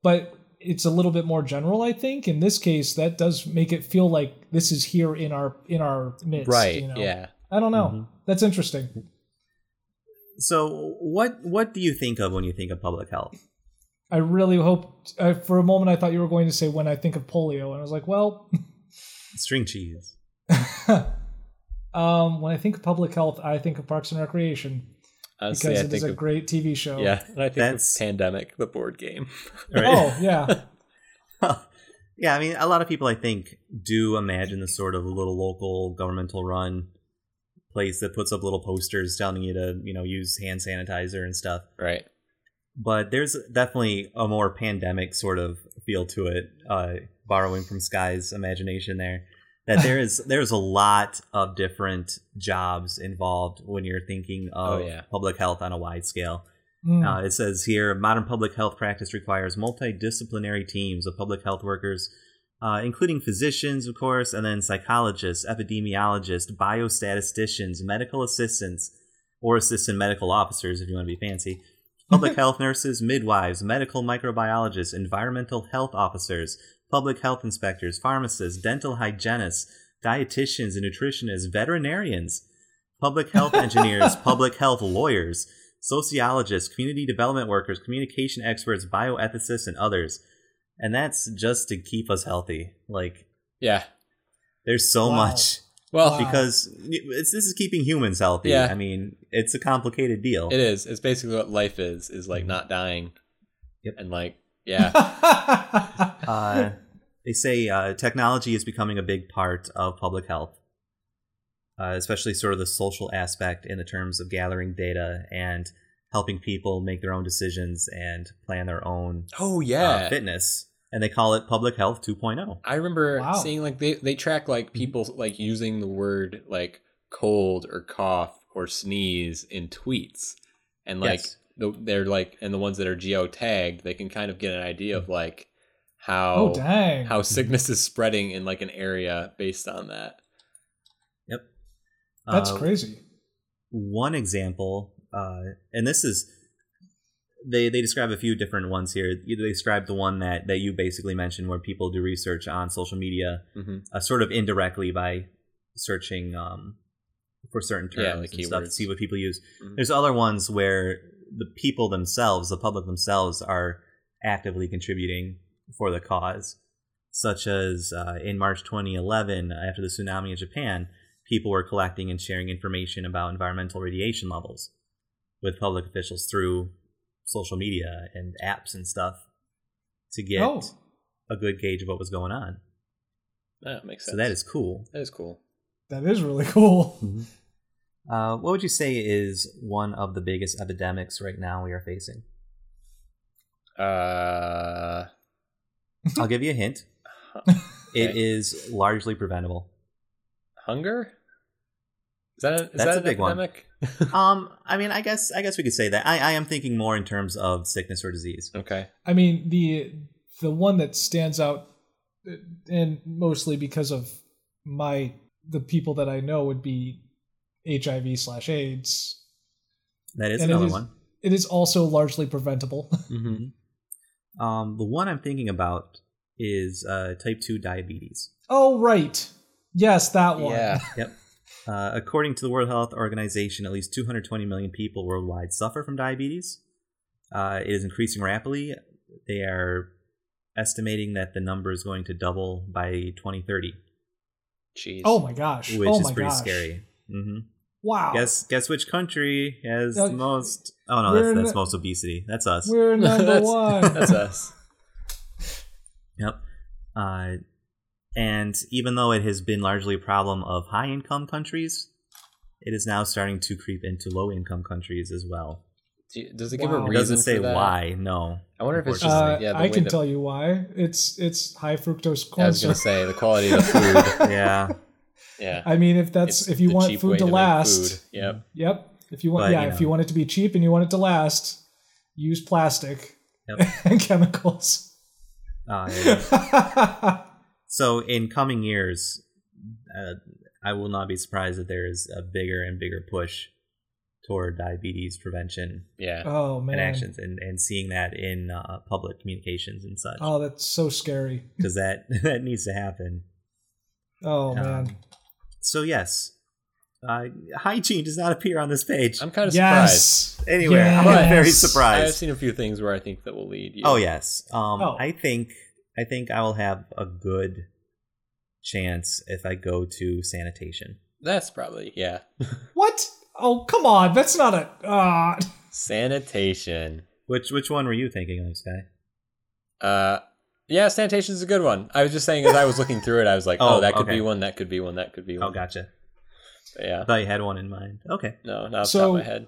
but it's a little bit more general i think in this case that does make it feel like this is here in our in our midst
right
you know?
yeah Mm-hmm.
i don't know
Mhm.
that's interesting
So what what do you think of when you think of public health?
i really hope uh, for a moment i thought you were going to say when i think of polio and i was like well
String cheese.
um when i think of public health i think of parks and recreation because
Honestly,
it
i
is
think
a
of,
great tv show
yeah and i think
That's-
of pandemic the board game
Right?
oh yeah
yeah, I mean, a lot of people I think do imagine the sort of little local governmental run place that puts up little posters telling you to, you know, use hand sanitizer and stuff.
right
But there's definitely a more pandemic sort of feel to it, uh, borrowing from Sky's imagination there. That there is there's a lot of different jobs involved when you're thinking of
Oh, yeah.
public health on a wide scale.
Mm.
Oh,
Uh, it says here modern public health practice requires multidisciplinary teams of public health workers, uh, including physicians, of course, and then psychologists, epidemiologists, biostatisticians, medical assistants, or assistant medical officers, if you want to be fancy, public health nurses, midwives, medical microbiologists, environmental health officers, public health inspectors, pharmacists, dental hygienists, dietitians and nutritionists, veterinarians, public health engineers, public health lawyers, sociologists, community development workers, communication experts, bioethicists, and others. And that's just to keep us healthy. Like,
yeah
there's so
Wow.
much
well
Wow.
because it's, this is keeping humans healthy.
Yeah.
I mean, it's a complicated deal.
It is. It's basically what life is. Is like not dying.
Yep.
And like, yeah,
Uh, they say uh, technology is becoming a big part of public health, uh, especially sort of the social aspect in the terms of gathering data and helping people make their own decisions and plan their own
oh
uh, fitness. And they call it public health oh. 2.0.
I remember
Wow.
seeing like they they track
Mm-hmm.
like people like using the word like cold or cough or sneeze in tweets, and like
Yes.
the, they're like and the ones that are geo tagged, they can kind of get an idea of like how
oh dang!
how
Mm-hmm.
sickness is spreading in like an area based on that.
That's
Uh,
crazy.
one example, uh, and this is they they describe a few different ones here. They describe the one that that you basically mentioned, where people do research on social media,
hmm
uh, sort of indirectly by searching um, for certain terms
Yeah, like
and stuff to
keywords.
see what people use.
Mhm.
There's other ones where the people themselves, the public themselves, are actively contributing for the cause, such as uh, in March 2011, after the tsunami in Japan, people were collecting and sharing information about environmental radiation levels with public officials through social media and apps and stuff to get
Oh.
a good gauge of what was going on.
That makes sense.
So that is cool.
that is cool.
That is really cool.
Uh, what would you say is one of the biggest epidemics right now we are facing?
Uh,
I'll give you a hint. It is largely preventable.
Hunger? Is that a, is
That's
that
a
an
big one.
epidemic?
Um, I mean, I guess I guess we could say that. I, I am thinking more in terms of sickness or disease.
Okay.
I mean the the one that stands out, uh, and mostly because of my the people that I know would be HIV slash AIDS.
That is
And it
another
is-
one.
It is also largely preventable.
Mm-hmm.
Um, the one I'm thinking about is uh, type two diabetes.
oh right, yes, that one.
Yeah.
Uh, according to the World Health Organization, at least 220 million people worldwide suffer from diabetes. Uh, it is increasing rapidly. They are estimating that the number is going to double by 2030,
Jeez.
Oh my gosh.
which
oh
is
my
pretty
gosh.
scary. hmm
Wow.
Guess guess which country has
Uh,
the most? Oh no,
we're
that's
in
that's
a-
most obesity. That's us.
We're number
That's-
one.
That's us.
Yep. Uh, and even though it has been largely a problem of high income countries, it is now starting to creep into low income countries as well.
Do you- Does it give a
Wow.
reason
It doesn't
for
say
that?
why, no.
I wonder if it's just
Uh,
yeah. The
I
way
can
the,
tell you why. It's it's high fructose corn
I was gonna
syrup.
say the quality of the food.
Yeah.
Yeah.
I mean, if that's
It's
if you
the
want
cheap
food
way
to
make
last,
food. Yep.
Yep. If you want,
But,
yeah,
you know.
if you want it to be cheap and you want it to last, use plastic
Yep.
and chemicals. Oh,
Uh,
yeah,
so in coming years, uh, I will not be surprised if there is a bigger and bigger push toward diabetes prevention
Yeah.
oh man.
and actions, and, and seeing that in uh, public communications and such,
Oh, that's so scary.
because that that needs to happen.
Oh
Um,
man.
So yes, uh, hygiene does not appear on this page
I'm kind of surprised.
Yes.
anywhere.
Yes.
I'm very
I've
surprised.
seen a few things where I think that will lead you.
Oh yes, um,
Oh.
I think I think I will have a good chance if I go to sanitation.
That's probably yeah.
What? Oh come on, that's not a. Uh,
Sanitation.
Which which one were you thinking of, Sky?
Uh, yeah, sanitation is a good one. I was just saying as I was looking through it, I was like, oh,
Oh,
that could
okay.
be one. That could be one. That could be one.
Oh, gotcha.
But yeah.
I thought you had one in mind. Okay.
No, not off the top
So-
of my head.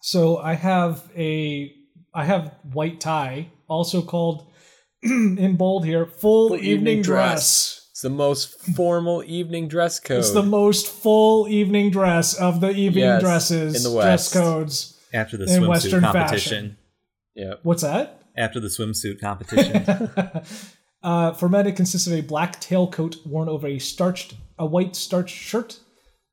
so I have a I have white tie, also called in bold here, full
Full
evening,
evening
dress.
dress. It's the most formal evening dress code.
It's the most full evening dress of the evening
Yes,
dresses
in the West.
dress codes.
After the
In
swimsuit
Western
competition.
yep.
What's that?
After the swimsuit competition.
uh, for men, it consists of a black tailcoat worn over a starched, a white starched shirt,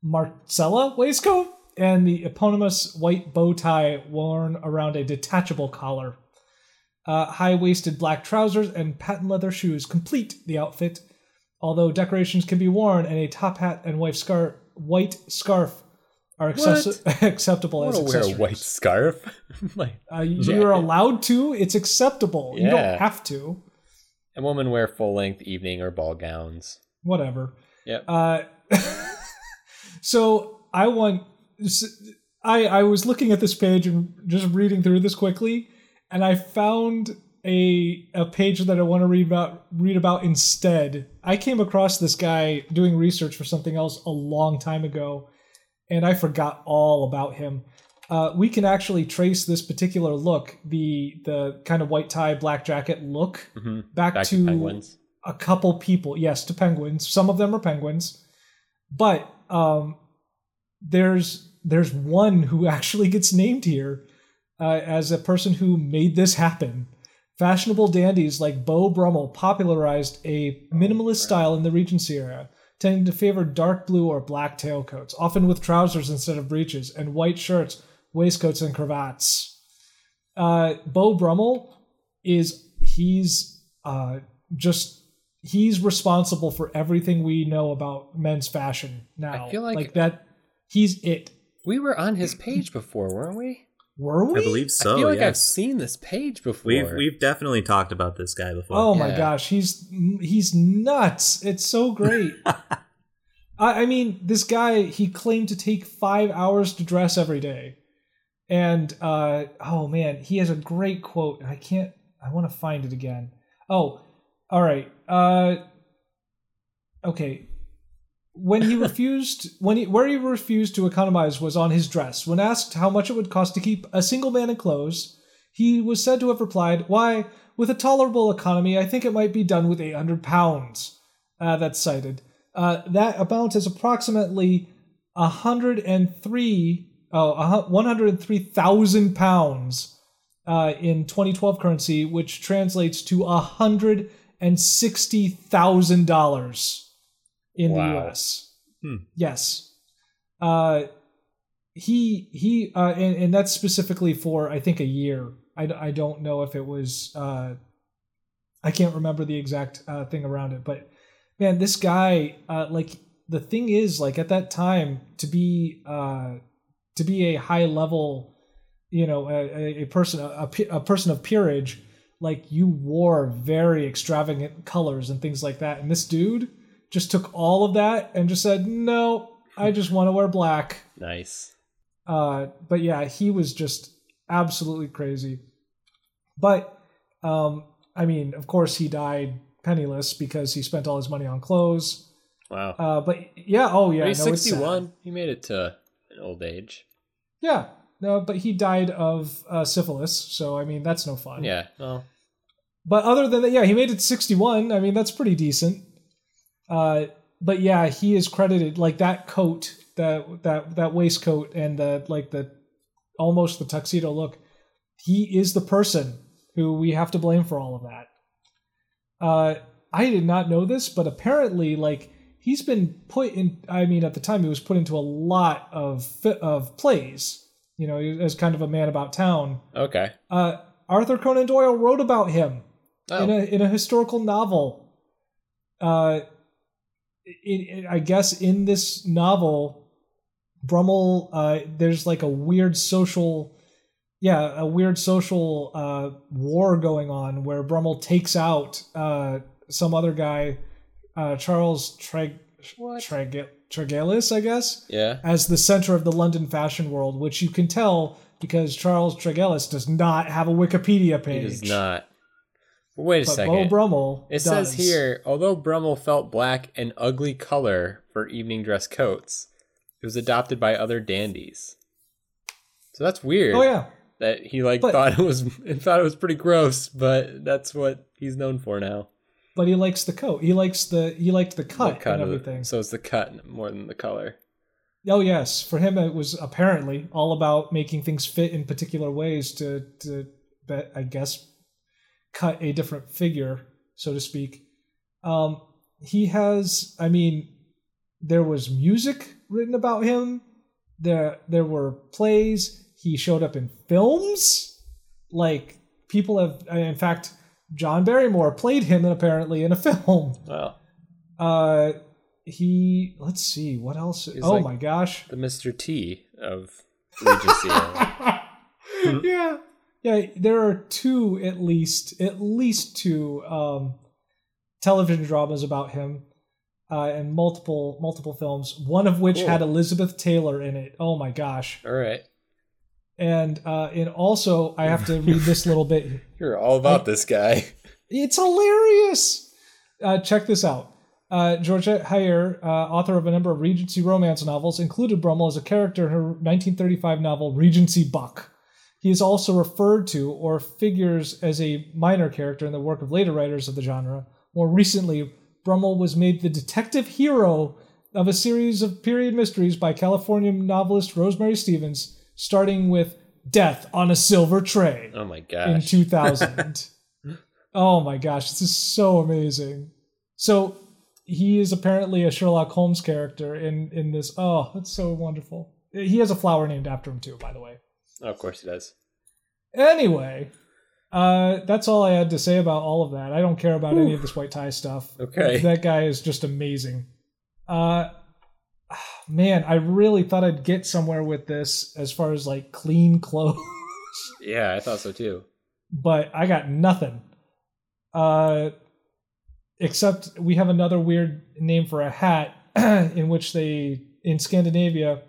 marcella waistcoat, and the eponymous white bow tie worn around a detachable collar. Uh, high-waisted black trousers and patent leather shoes complete the outfit, although decorations can be worn and a top hat and wife scar- white scarf are accessi- acceptable
I
as
want to wear a
accessories.
white scarf. like,
Uh, you
jacket.
are allowed to. It's acceptable. You
Yeah.
don't have to.
and women wear full length evening or ball gowns.
whatever.
Yep.
Uh, so I want. s- I I was looking at this page and just reading through this quickly, and I found a a page that I want to read about read about instead. I came across this guy doing research for something else a long time ago, and I forgot all about him. Uh, we can actually trace this particular look, the the kind of white tie, black jacket look,
hmm
back,
Back to, penguins.
a couple people, yes, to penguins. Some of them are penguins, but um, there's there's one who actually gets named here uh, as a person who made this happen. Fashionable dandies like Beau Brummel popularized a
Oh,
minimalist style in the Regency era, tending to favor dark blue or black tailcoats, often with trousers instead of breeches, and white shirts, waistcoats, and cravats. Uh, Beau Brummel is he's uh, just he's responsible for everything we know about men's fashion now.
I feel like-
that he's it.
We were on his page before, weren't we?
Were we?
I believe so.
I feel like I've
yes.
seen this page before.
We've we've definitely talked about this guy before.
Oh my
Yeah.
gosh, he's he's nuts. It's so great. I, I mean, this guy he claimed to take five hours to dress every day, and uh, oh man, he has a great quote. I can't. I want to find it again. Oh, all right. Uh, okay. When he refused, when he where he refused to economize was on his dress. When asked how much it would cost to keep a single man in clothes, he was said to have replied, "Why, with a tolerable economy, I think it might be done with 800 pounds. Uh, that's cited. Uh, that amount is approximately 103 oh, 103,000 pounds uh, in 2012 currency, which translates to 160,000 dollars in the
Wow.
U.S.
Hmm.
Yes. Uh, he he uh, and, and that's specifically for i think a year i, d- I don't know if it was uh, i can't remember the exact uh, thing around it but man this guy uh, like the thing is like at that time to be uh, to be a high level you know a, a- a person a, a pe- a person of peerage like you wore very extravagant colors and things like that and this dude just took all of that and just said no i just want to wear black
Nice.
uh, but yeah, he was just absolutely crazy. But um, I mean, of course, he died penniless because he spent all his money on clothes.
Wow.
Uh, but yeah, oh yeah,
But
no,
he's
it's sad.
61. He made it to an old age.
Yeah, no, but he died of uh, syphilis, so I mean, that's no fun.
Yeah. Well,
But other than that, yeah, he made it to 61. I mean, that's pretty decent. Uh, but yeah, he is credited like that coat, that that that waistcoat, and the like the almost the tuxedo look. He is the person who we have to blame for all of that. Uh, I did not know this, but apparently, like he's been put in. I mean, at the time, he was put into a lot of fi- of plays. You know, as kind of a man about town.
okay.
Uh, Arthur Conan Doyle wrote about him in
Oh,
a in a historical novel. Uh, in, in- I guess in this novel, Brummel, uh, there's like a weird social, yeah, a weird social uh, war going on where Brummel takes out uh, some other guy, uh, Charles Treg
What?
Treg Tregellis, I guess
yeah.
as the center of the London fashion world, which you can tell because Charles Tregellis does not have a
He
Wikipedia page.
does not. Wait a
But
second.
Beau Brummel.
It
does.
says here, although Brummel felt black an ugly color for evening dress coats, it was adopted by other dandies. So that's weird.
Oh yeah,
That he like
But-
thought it was thought it was pretty gross, but that's what he's known for now.
but he likes the coat. He likes the he liked the cut,
The cut
and
of the-
everything.
so it's the cut more than the color.
Oh yes, for him it was apparently all about making things fit in particular ways to to be- I guess cut a different figure, so to speak. Um, he has, I mean, there was music written about him. There there were plays. He showed up in films. Like people have, uh, in fact, John Barrymore played him apparently in a film.
Wow.
Uh, he let's see what else.
He's
oh
like-
my gosh.
The Mr. T of Regency.
yeah. Yeah, there are two at least, at least two um, television dramas about him, uh, and multiple multiple films. One of which
Cool.
had Elizabeth Taylor in it. Oh my gosh!
all right.
And uh, and also, I have to read this little bit.
You're all about this guy.
It's hilarious. Uh, check this out. Uh, Georgette Heyer, uh, author of a number of Regency romance novels, included Brummel as a character in her 1935 novel Regency Buck. He is also referred to or figures as a minor character in the work of later writers of the genre. More recently, Brummel was made the detective hero of a series of period mysteries by California novelist Rosemary Stevens, starting with Death on a Silver Tray
Oh my
in
gosh.
2000. oh my gosh, this is so amazing. So he is apparently a Sherlock Holmes character in in this. Oh, that's so wonderful. He has a flower named after him too, by the way.
Oh, of course he does.
Anyway, uh, that's all I had to say about all of that. I don't care about any of this white tie stuff.
Okay.
that guy is just amazing. Uh, man, I really thought I'd get somewhere with this as far as like clean clothes.
Yeah, I thought so too.
but I got nothing. Uh, except we have another weird name for a hat, in which they in Scandinavia,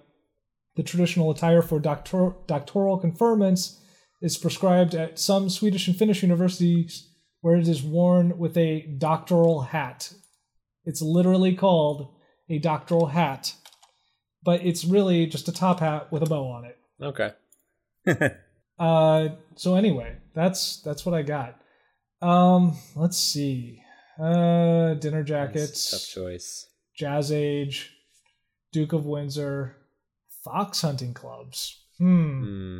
the traditional attire for doctor, doctoral conferments is prescribed at some Swedish and Finnish universities, where it is worn with a doctoral hat. It's literally called a doctoral hat, but it's really just a top hat with a bow on it.
Okay.
Uh, so anyway, that's that's what I got. Um, let's see. Uh, dinner
That's
jackets.
a tough choice.
Jazz Age, Duke of Windsor, Fox Hunting Clubs. Hmm.
Hmm.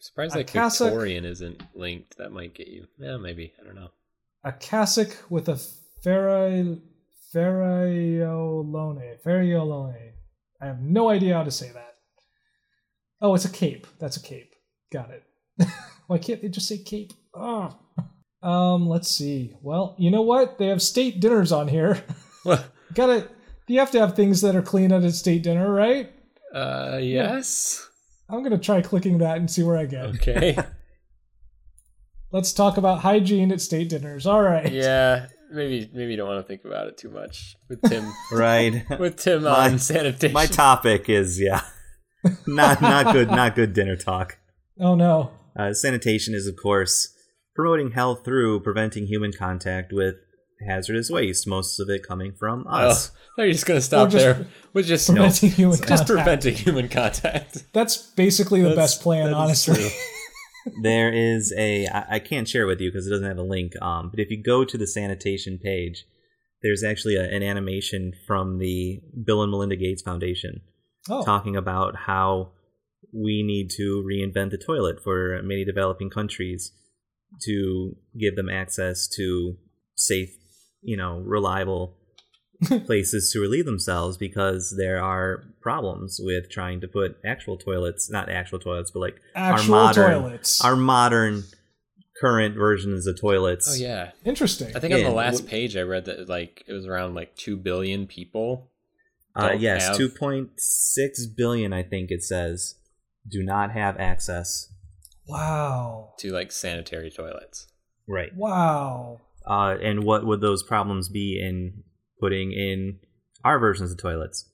Surprised
A
that
cassock-
Victorian isn't linked. That might get you. Yeah, maybe. I don't know.
A cassock with a ferri- ferriolone. Ferriolone. I have no idea how to say that. Oh, it's a cape. That's a cape. Got it. Why can't they just say cape? Oh. Um, let's see. Well, you know what? They have state dinners on here.
Well,
Gotta you have to have things that are clean at a state dinner, right?
uh, yes.
I'm gonna try clicking that and see where I get.
Okay.
Let's talk about hygiene at state dinners. All right.
yeah. Maybe maybe you don't want to think about it too much with Tim
Right.
with Tim
My-
on sanitation.
My topic is yeah, not not good, not good dinner talk.
Oh no.
Uh, sanitation is, of course, promoting health through preventing human contact with hazardous waste. Most of it coming from
Oh,
us.
they're just gonna stop
Or just-
there. We're just
Preventing human
just
contact.
preventing human contact.
That's basically the
That's-
best plan,
that is
honestly.
true.
there is a I, I can't share with you because it doesn't have a link um but if you go to the sanitation page there's actually a, an animation from the bill and melinda gates foundation
Oh,
talking about how we need to reinvent the toilet for many developing countries to give them access to safe you know reliable places to relieve themselves because there are problems with trying to put actual toilets not actual toilets but like
actual
modern-
toilets.
our modern current versions of toilets.
Oh yeah.
Interesting.
I think on
Yeah,
the last
wh-
page I read that like it was around like two billion people.
Uh,
Don't
yes,
have-
2.6 billion, I think it says, do not have access.
Wow.
to like sanitary toilets.
Right.
Wow.
Uh, and what would those problems be in putting in our versions of toilets?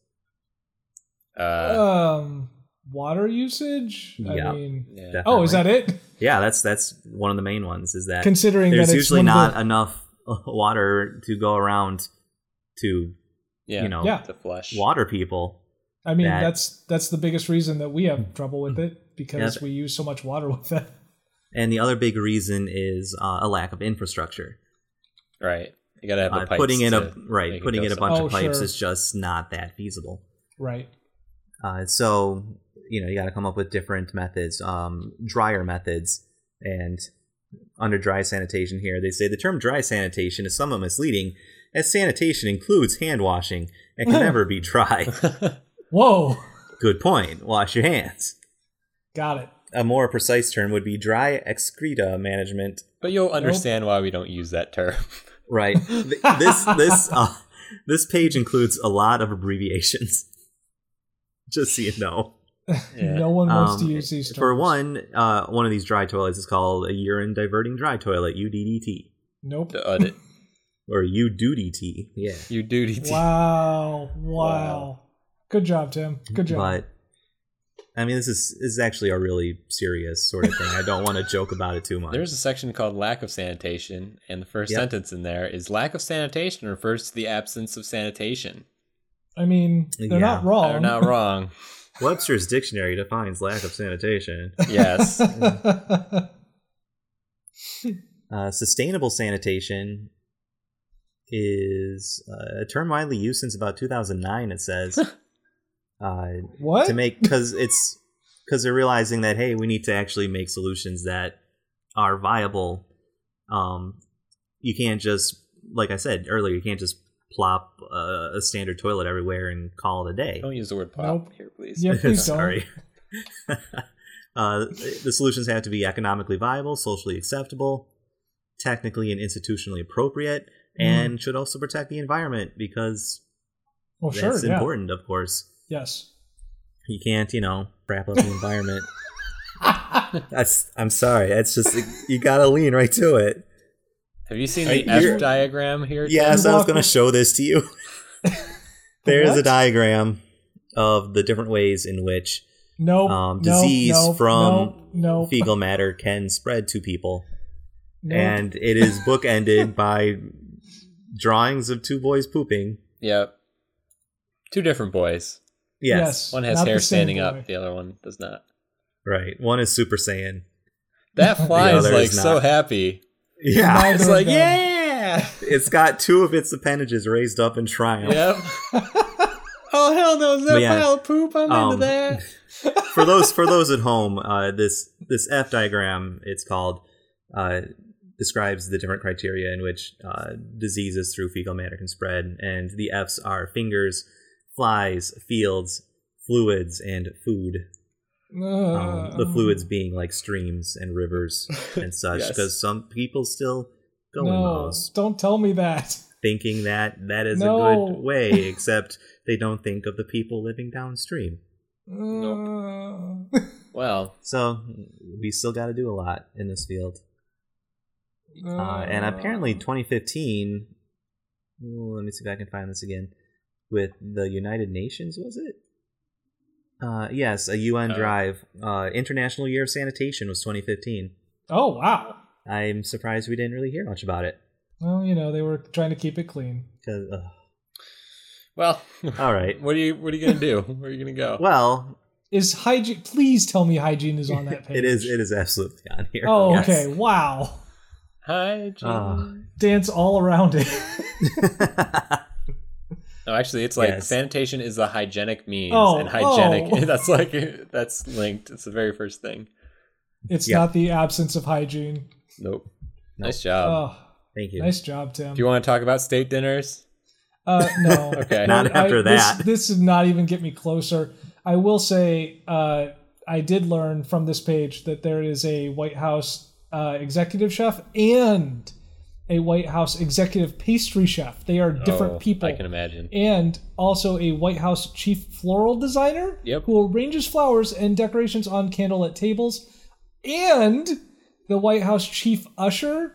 Uh,
Um, water usage.
Yeah.
I mean,
yeah.
definitely.
oh, is that it?
Yeah, that's that's one of the main ones. Is that
Considering that
there's
it's
usually
one of
not
the-
enough water to go around to
yeah,
you know
Yeah.
to flush.
water people.
I mean,
that- Hmm.
that's that's the biggest reason that we have trouble with it because
Yeah.
we use so much water with it.
And the other big reason is uh, a lack of infrastructure.
Right, you gotta have the
uh,
pipes
putting in a
to- make
right
it
putting
go
in a
somewhere.
bunch
Oh,
of pipes
sure.
is just not that feasible
Right.
uh, so you know you got to come up with different methods um, drier methods and under dry sanitation here they say the term dry sanitation is somewhat misleading as sanitation includes hand washing and can never be dry
Whoa.
good point wash your hands
Got it.
a more precise term would be dry excreta management
but you'll understand why we don't use that term.
right Th- this this uh, this page includes a lot of abbreviations just so you know
Yeah.
No one wants
Um,
to use these terms.
For one, uh, one of these dry toilets is called a urine diverting dry toilet, UDDT,
Nope.
The audit,
or UDDT. Yeah.
your duty. To,
Wow. Wow.
Wow.
Good job, Tim. Good job.
But I mean, this is this is actually a really serious sort of thing. I don't want to joke about it too much.
There's a section called lack of sanitation, and the first
Yep.
sentence in there is lack of sanitation refers to the absence of sanitation.
I mean, they're not
Yeah.
wrong.
They're not wrong.
Webster's dictionary defines lack of sanitation.
yes,
Uh, sustainable sanitation is uh, a term widely used since about 2009. It says uh,
what?
to make because it's because they're realizing that hey we need to actually make solutions that are viable um you can't just like i said earlier you can't just plop uh, a standard toilet everywhere and call it a day
don't use the word pop
Nope.
here, please.
yeah, please don't.
sorry uh, the solutions have to be economically viable socially acceptable technically and institutionally appropriate
Mm.
and should also protect the environment because
Well,
that's
Oh, sure. Yeah.
important of course
Yes.
you can't you know wrap up the environment That's. I'm sorry. That's just you gotta lean right to it.
Have you seen
Are
the
you-
F
you're-
diagram here?
Yes,
You
I was
walk-
gonna show this to you. there is a
What?
diagram of the different ways in which
Nope.
um,
nope,
disease
nope,
from
nope, nope,
fecal matter can spread to people,
nope.
and it is bookended by drawings of two boys pooping.
Yep. Two different boys.
Yes,
One has
not the
hair
same
standing
boy.
up. The other one does not.
right. One is Super Saiyan.
That fly is
other
like
is
so
not.
happy.
Yeah.
It's
Neither
like,
of them.
yeah.
It's got two of its appendages raised up in triumph.
Yep. oh hell no! Is that
But yeah,
pile of poop? I'm
um,
into that.
for those for those at home, uh, this this F diagram it's called uh, describes the different criteria in which uh, diseases through fecal matter can spread, and the Fs are fingers, flies, fields, fluids, and food. Um, the
Uh,
fluids being like streams and rivers and such,
Yes.
because some people still go in
No,
those,
don't tell me that.
thinking that that is a
No.
good way, except they don't think of the people living downstream.
Uh,
Well,
So we still got to do a lot in this field. Uh, and
Oh.
apparently, 2015. ooh, Let me see if I can find this again. With the United Nations, was it? Uh, yes, a UN
Oh.
drive. Uh, International Year of Sanitation was 2015.
oh wow.
I'm surprised we didn't really hear much about it.
Well, you know they were trying to keep it clean.
'Cause, ugh.
well.
all right.
What are you? What are you gonna do? Where are you gonna go?
Well,
Is hygiene? Please tell me hygiene is on that page.
it is. It is absolutely on here.
Oh,
Yes.
okay. Wow.
Hi, Jim.
Ah.
Dance all around it.
No, actually, it's like
Yes.
sanitation is a hygienic means,
Oh,
and hygienic.
oh.
That's like that's linked. It's the very first thing.
It's
Yeah.
not the absence of hygiene.
Nope.
Nope.
Nice job.
oh,
Thank you.
nice job, Tim.
do you want to talk about state dinners?
uh, no.
Okay.
Not
I-
after
this-
that.
This, did not even get me closer. I will say uh, I did learn from this page that there is a White House uh, executive chef and a White House executive pastry chef. They are different
Oh,
people.
I can imagine.
and also a White House chief floral designer
Yep.
who arranges flowers and decorations on candlelit tables, and the White House chief usher,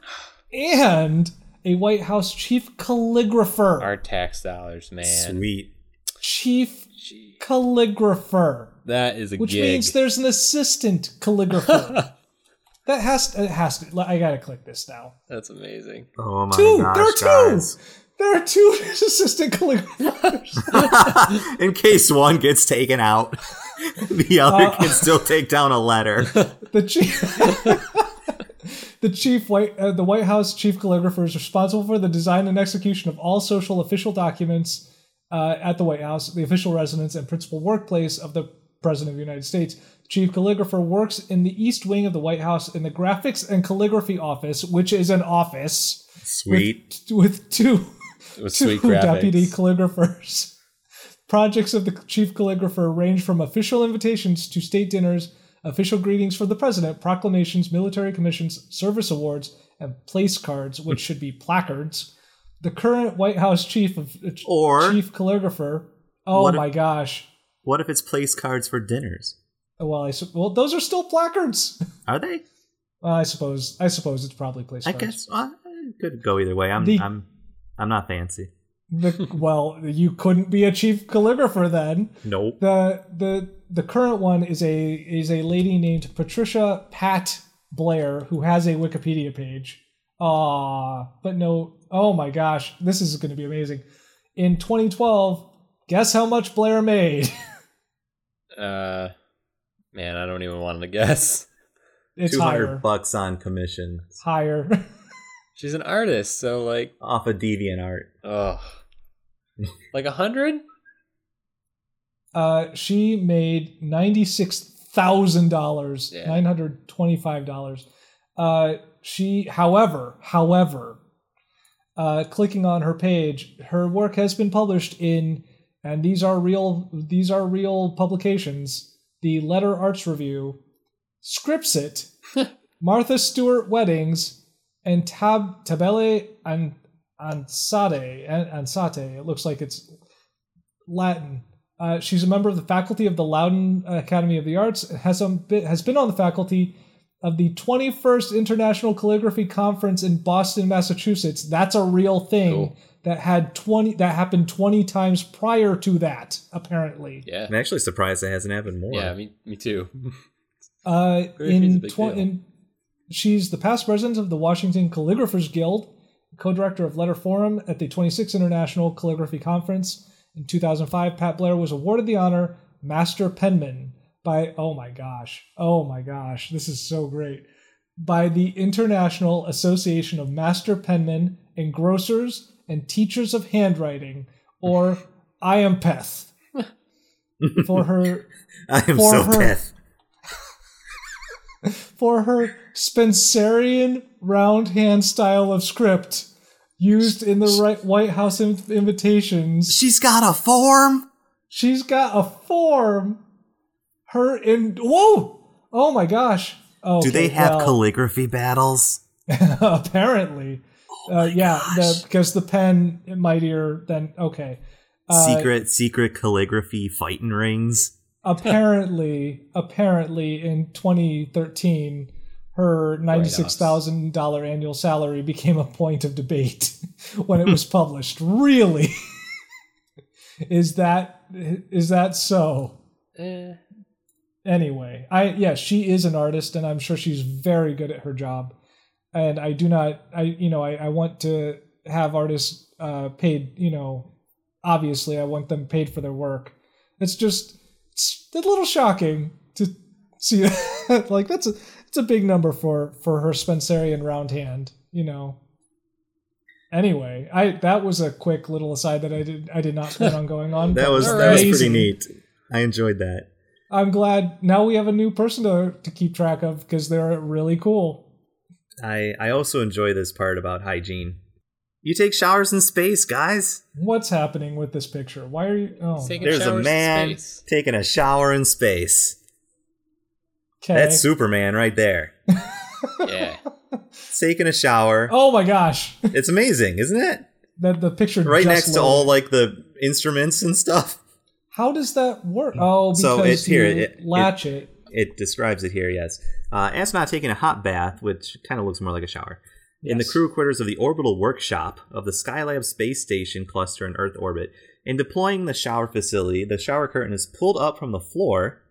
and a White House chief calligrapher.
Our tax dollars, man.
Sweet.
Chief calligrapher,
That is a
which
gig.
means there's an assistant calligrapher. that has to, it has to. I gotta click this now.
that's amazing.
Oh my
Two.
gosh,
there are two.
guys.
There are two assistant calligraphers.
in case one gets taken out, the other
Uh,
can still take down a letter.
The chief, the chief white, uh, the White House chief calligrapher is responsible for the design and execution of all social official documents uh, at the White House, the official residence and principal workplace of the President of the United States. Chief calligrapher works in the east wing of the White House in the graphics and calligraphy office, which is an office
Sweet.
with two
It was
two
sweet graphics.
deputy calligraphers. Projects of the chief calligrapher range from official invitations to state dinners, official greetings for the president, proclamations, military commissions, service awards, and place cards, which should be placards. The current White House chief of uh, ch-
Or-
chief calligrapher. Oh
What if-
my gosh!
What if it's place cards for dinners?
Well, I su- well those are still placards.
Are they?
Well, I suppose I suppose it's probably place
I
cards.
guess uh, it could go either way. I'm
The-
I'm I'm not fancy.
The- well, you couldn't be a chief calligrapher then.
Nope.
the the the current one is a is a lady named Patricia Pat Blair who has a Wikipedia page. Ah, but no. Oh my gosh, this is going to be amazing. In 2012, guess how much Blair made?
Uh, man, I don't even want to guess.
It's
Two
higher.
hundred bucks on commission
Higher.
She's an artist, so like,
off of Deviant Art.
oh, like a hundred.
Uh, she made ninety six thousand dollars,
Yeah.
nine hundred twenty five dollars. Uh, she, however, however, uh, clicking on her page, her work has been published in, and these are real, these are real publications: the Letter Arts Review, Scripsit, Martha Stewart Weddings, and Tab Tabelle and Ansate. An- Ansate. It looks like it's Latin. Uh, she's a member of the faculty of the Loudon Academy of the Arts. Has um, been, has been on the faculty of the 21st International Calligraphy Conference in Boston, Massachusetts. That's a real thing
Cool.
that had 20 that happened 20 times prior to that. Apparently,
Yeah,
I'm actually surprised it hasn't happened more.
yeah, me, me too.
uh,
Calligraphy is a
in,
big
twen-
deal.
in she's the past president of the Washington Calligraphers Guild, co-director of Letter Forum at the 26th International Calligraphy Conference in 2005. Pat Blair was awarded the honor Master Penman by oh my gosh, oh my gosh, this is so great. by the International Association of Master Penmen, Engrossers, and Teachers of Handwriting, or IAMPETH, E for her
I am
For
so
her.
pissed.
for her Spencerian round hand style of script used in the right White House in- invitations.
She's got a form.
She's got a form. Her in whoa! Oh my gosh! Oh,
Do they have
well,
calligraphy battles?
apparently?
Oh
uh, yeah, the, because the pen mightier than okay. Uh,
secret, secret calligraphy fighting rings.
apparently apparently in 2013 her $96,000 annual salary became a point of debate when it was published really is that is that so
Eh,
anyway i yeah she is an artist and i'm sure she's very good at her job and i do not i you know i, I want to have artists uh paid you know obviously i want them paid for their work it's just it's a little shocking to see that like that's a it's a big number for for her spencerian round hand you know anyway i that was a quick little aside that i did i did not plan on going on
That
but
was
All
that was pretty
amazing.
neat. I enjoyed that.
I'm glad now we have a new person to, to keep track of because they're really cool.
I I also enjoy this part about hygiene. You take showers in space, guys.
What's happening with this picture? Why are you? Oh,
Taking
There's a
showers in
man
space.
taking a shower in space.
okay.
That's Superman right there.
Yeah.
taking a shower.
oh my gosh,
It's amazing, isn't it?
that the picture
Right
just
next to
loaded.
all like the instruments and stuff.
How does that work? Oh, because
Mm. So it's here,
you
it- it-
latch it.
It describes it here, yes. Uh, astronaut taking a hot bath, which kind of looks more like a shower. In the
Yes.
crew quarters of the orbital workshop of the Skylab space station cluster in Earth orbit, in deploying the shower facility, the shower curtain is pulled up from the floor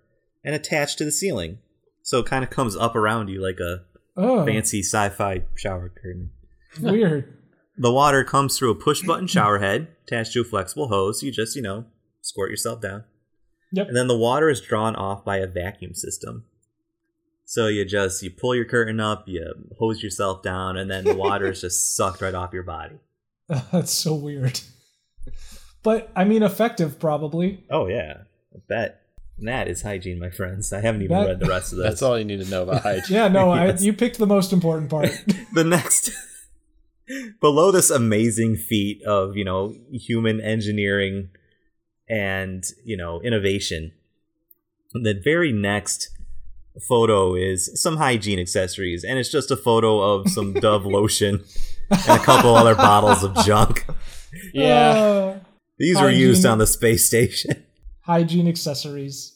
and attached to the ceiling. So it kind of comes up around you like a
Oh,
fancy sci fi shower curtain.
weird.
The water comes through a push button shower head attached to a flexible hose. You just, you know, squirt yourself down.
Yep.
And then the water is drawn off by a vacuum system. So you just you pull your curtain up, you hose yourself down, and then the water is just sucked right off your body.
That's so weird. But I mean, effective probably.
Oh yeah. I bet. And that is hygiene, my friends. I haven't even
That-
read the rest of this.
That's all you need to know about hygiene.
Yeah, no,
Yes.
I, you picked the most important part.
the next below this amazing feat of you know human engineering and you know innovation the very next photo is some hygiene accessories and it's just a photo of some dove lotion and a couple other bottles of junk
Oh.
Yeah.
Uh,
these were used
Hygiene.
on the space station
hygiene accessories.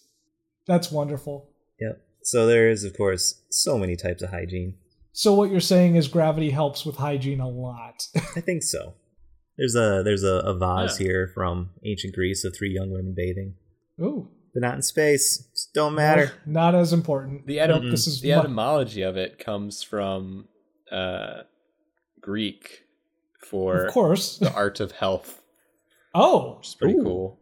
That's wonderful.
yep so there is of course so many types of hygiene
So what you're saying is gravity helps with hygiene a lot.
i think so there's a there's a, a vase
Yeah.
here from ancient greece of three young women bathing
Ooh.
They're not in space. Just don't matter.
Not as important.
The etym-
Nope, this is
the
mu-
etymology of it comes from uh, Greek for
of course.
the art of health,
Oh.
which is pretty
Ooh.
cool.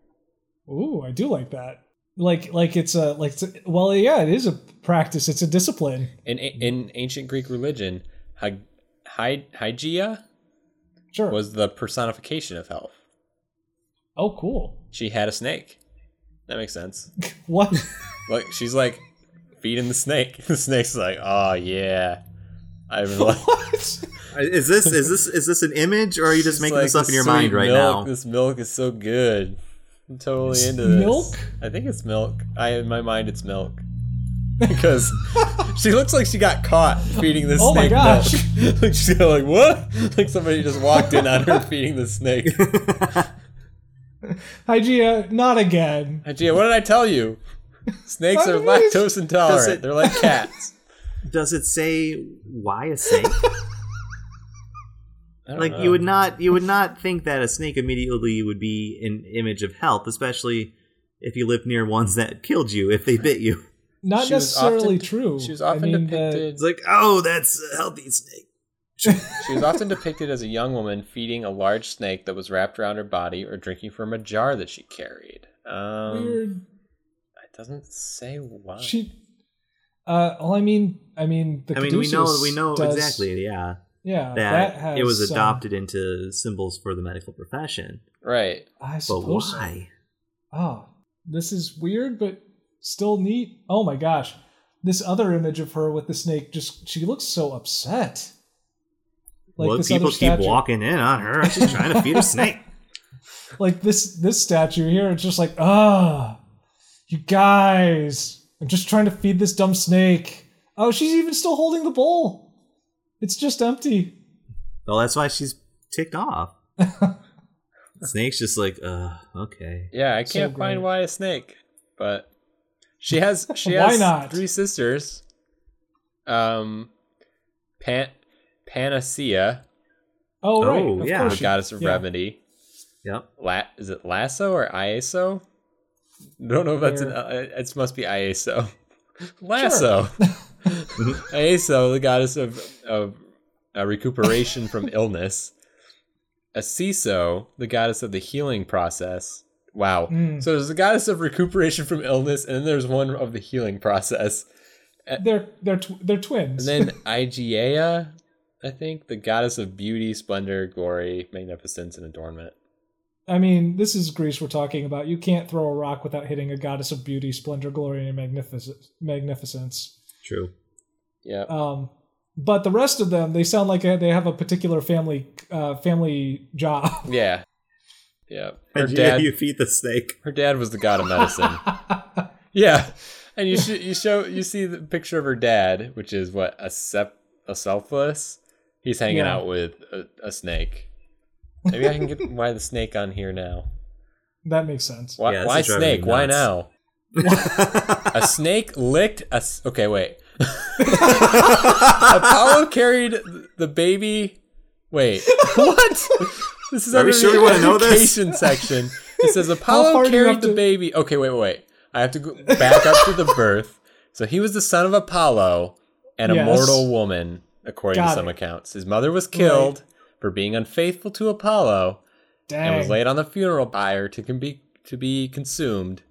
Ooh, I do like that. Like like it's a like it's a, well yeah, it is a practice. It's a discipline.
In in ancient Greek religion, hy- hy- Hygeia
Sure.
was the personification of health.
oh, cool.
She had a snake. That makes sense.
What?
Look, she's like feeding the snake. The snake's like, oh yeah, I really
what?
Is this is this is this an image, or are you just
She's
making
like,
this up in your
sweet
mind right
milk,
now?
This milk is so good. I'm totally into this.
Milk?
I think it's milk. I in my mind it's milk. Because she looks like she got caught feeding this
Oh my
snake
gosh.
milk. like she's kinda like what? Like somebody just walked in on her feeding the snake.
Hygia, uh, not again.
Gia, what did I tell you? Snakes are
Why did you-
lactose intolerant.
it-
They're like cats.
Does it say why a snake?
I don't
like
know.
you would not you would not think that a snake immediately would be an image of health, especially if you lived near ones that killed you if they bit you.
Not
She was often-
necessarily true.
She was
I
often
mean, the-
depicted
It's like, oh, that's a healthy snake.
She was often depicted as a young woman feeding a large snake that was wrapped around her body or drinking from a jar that she carried. Um,
weird.
It doesn't say why.
She Uh, well, I mean, I mean, the
um, I mean, we know
caduceus
we know
does-
exactly, yeah,
Yeah,
that,
has um,
it was
some-
adopted into symbols for the medical profession.
Right.
I
But
suppose. so.
why?
Oh, this is weird, but still neat. Oh my gosh, this other image of her with the snake just—she looks so upset.
well, people keep
statue-
walking in on her. She's trying to feed a snake.
Like this this statue here, it's just like, ah, you guys, I'm just trying to feed this dumb snake. Oh, she's even still holding the bowl. It's just empty.
Well, that's why she's ticked off. Snake's just like, uh, okay.
Yeah, I
So
can't
great.
find why a snake, but she has she
Why
has
not?
three sisters. Um, Pan Panacea,
Oh, right.
Oh,
of
yeah,
course
the
she-
goddess of
yeah.
remedy.
Yep.
La- is it Lasso or Iaso? Don't know if that's an.
Here.
Uh, it must be Iaso. Lasso. Iaso, the goddess of of uh, recuperation from illness. Asiso, the goddess of the healing process. Wow.
Mm.
So there's the goddess of recuperation from illness, and then there's one of the healing process.
They're they're tw- they're twins.
And then Igea, I think, the goddess of beauty, splendor, glory, magnificence, and adornment.
I mean, this is Greece we're talking about. You can't throw a rock without hitting a goddess of beauty, splendor, glory, and magnificence. magnificence.
True.
Yeah.
Um, but the rest of them, they sound like they have a particular family uh, family job.
Yeah. Yeah. Her
And you-
dad
you feed the snake.
her dad was the god of medicine. yeah. And you sh- you show you see the picture of her dad, which is what a sep- a selfless. He's hanging
Yeah.
out with a, a snake. Maybe I can get why the snake on here now.
that makes sense.
Why,
Yeah, this
why
is driving me
snake? Why
nuts.
now?
Oh.
A snake licked a. s- Okay, wait. Apollo carried the baby. Wait, what? This is
Are we
under
sure
the
we wanna know this?
education section. It says
far
Apollo
do you
carried
have
the
to-
baby. Okay, wait, wait, wait. I have to go back up to the birth. So he was the son of Apollo and a
Yes.
mortal woman, according
Got
to some
it.
accounts. His mother was killed for being unfaithful to Apollo and
Dang.
was laid on the funeral pyre to can be to be consumed.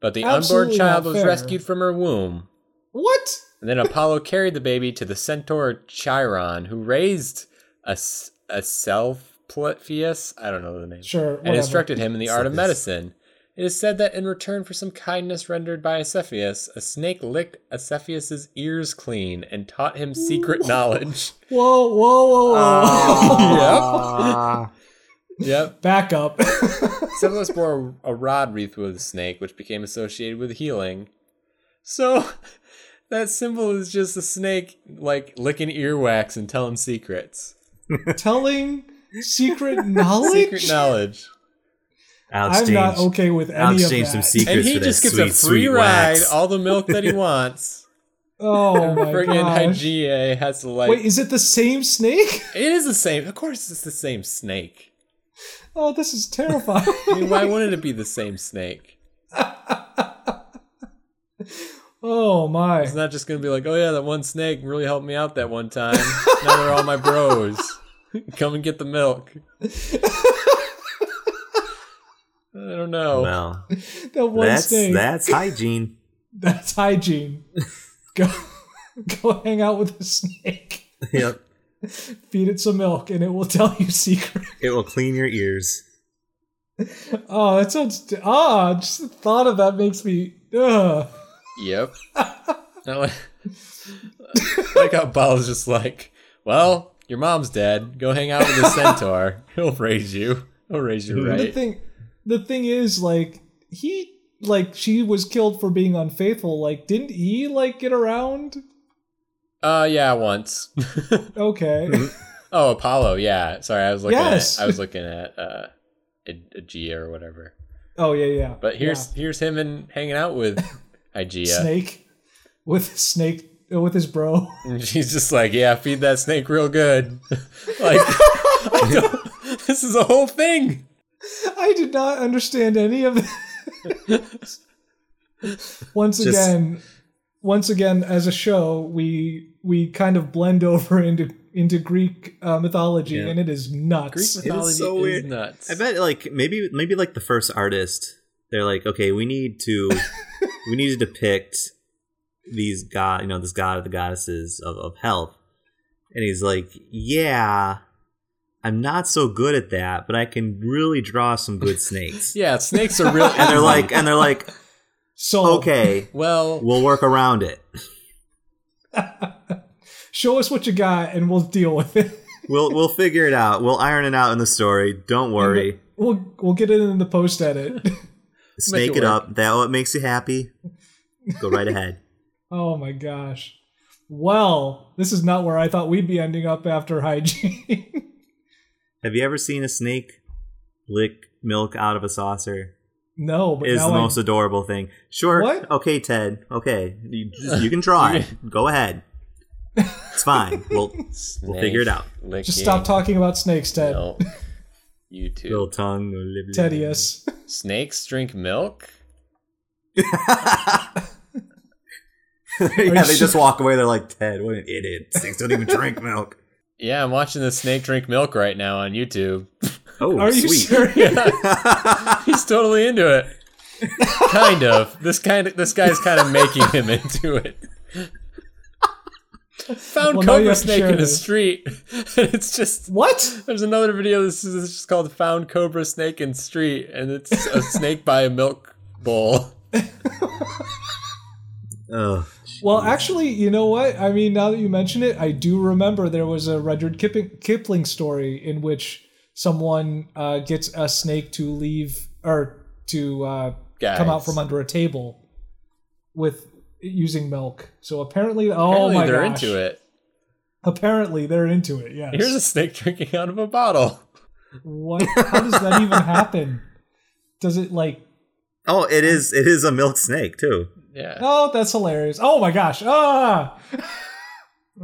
But the
Absolutely
unborn child
not
was
fair.
rescued from her womb.
What?
And then Apollo carried the baby to the centaur Chiron, who raised a, s- a self Plepius, I don't know the name,
Sure. Whatever.
and instructed him in the art of
Cepheus.
medicine. It is said that in return for some kindness rendered by Cepheus, a snake licked Cepheus's ears clean and taught him secret knowledge.
Whoa, whoa, whoa, whoa.
Oh. Uh,
Ah. Yep.
Back up.
Cephalus bore a rod wreathed with a snake, which became associated with healing. So that symbol is just a snake like licking earwax and telling secrets.
Telling secret knowledge.
Secret knowledge.
I'll
I'm
exchange,
not okay with any
I'll
of
exchange
that.
some secrets
and he
for
just
that
gets
sweet,
a free
sweet
ride,
wax.
all the milk that he wants.
Oh my
Friggin'
gosh.
Hygieia has to like
Wait, is it the same snake?
it is the same. Of course it's the same snake.
Oh, this is terrifying.
I mean, why wouldn't it be the same snake?
oh my.
It's not just gonna be like, oh yeah, that one snake really helped me out that one time. now they're all my bros. Come and get the milk. I don't know.
Well,
that one
that's
snake.
that's hygiene.
That's hygiene. go, go hang out with a snake.
yep.
Feed it some milk, and it will tell you secrets.
It will clean your ears.
Oh, that sounds ah. Just the thought of that makes me ugh.
Yep. I like like how Baal's just like, well, your mom's dead. Go hang out with the centaur. He'll raise you. He'll raise you
The
right.
thing, the thing is, like he, like she was killed for being unfaithful. Like, didn't he like get around?
Uh, yeah, once.
Okay.
oh, Apollo. Yeah. Sorry, I was looking.
Yes.
At, I was looking at uh, a, a Gia or whatever.
oh yeah, yeah.
But here's uh, here's him and hanging out with Igea.
Yeah. snake with snake uh, with his bro.
And she's just like, yeah, feed that snake real good. like, I don't- this is a whole thing.
I did not understand any of this. once
Just-
again, once again, as a show, we we kind of blend over into into Greek uh, mythology,
Yeah.
and it is
Greek
nuts.
mythology is,
so weird.
nuts.
I bet like maybe maybe like the first artist, they're like, okay, we need to we need to depict these god, you know, this god of the goddesses of, of health. And he's like, yeah, I'm not so good at that, but I can really draw some good snakes.
Yeah, snakes are really.
And they're like, and they're like,
So
Oh.
okay,
well,
we'll work around it.
show us what you got, and we'll deal with it.
We'll we'll figure it out. We'll iron it out in the story. Don't worry.
We'll we'll get it in the post edit.
Snake
it
it, up. That what makes you happy. Go right ahead.
Oh my gosh. Well, this is not where I thought we'd be ending up after hygiene.
Have you ever seen a snake lick milk out of a saucer?
no, but
Is
now
the
I-
most adorable thing. Sure.
What?
Okay, Ted. Okay, you, you can try. Go ahead. It's fine. We'll
Snake
figure it out.
licking
just stop talking about snakes, Ted.
milk. You too.
little tongue. will live-
Tedious.
Snakes drink milk.
yeah, they just
sure?
walk away. They're like Ted. What an idiot! Snakes don't even drink milk.
Yeah, I'm watching the snake drink milk right now on YouTube.
Oh,
Are
sweet.
you serious?
He's totally into it. kind of. This kind of this guy's kind of making him into it. Found
Well, now you
cobra
have to
snake
share
in the
this.
street. And it's just
what?
there's another video. This is it's just called "Found Cobra Snake in Street," and it's a snake by a milk bowl.
Ugh.
Well, actually, you know what? I mean, now that you mention it, I do remember there was a Rudyard Kipling, Kipling story in which someone uh, gets a snake to leave or to uh, come out
Guys.
from under a table with using milk. So apparently, oh
Apparently,
my
they're
gosh.
into it.
Apparently, they're into it. Yes.
Here's a snake drinking out of a bottle.
What? How does that even happen? Does it like?
Oh, it is. It is a milk snake too.
Yeah.
Oh, that's hilarious! Oh my gosh! Ah,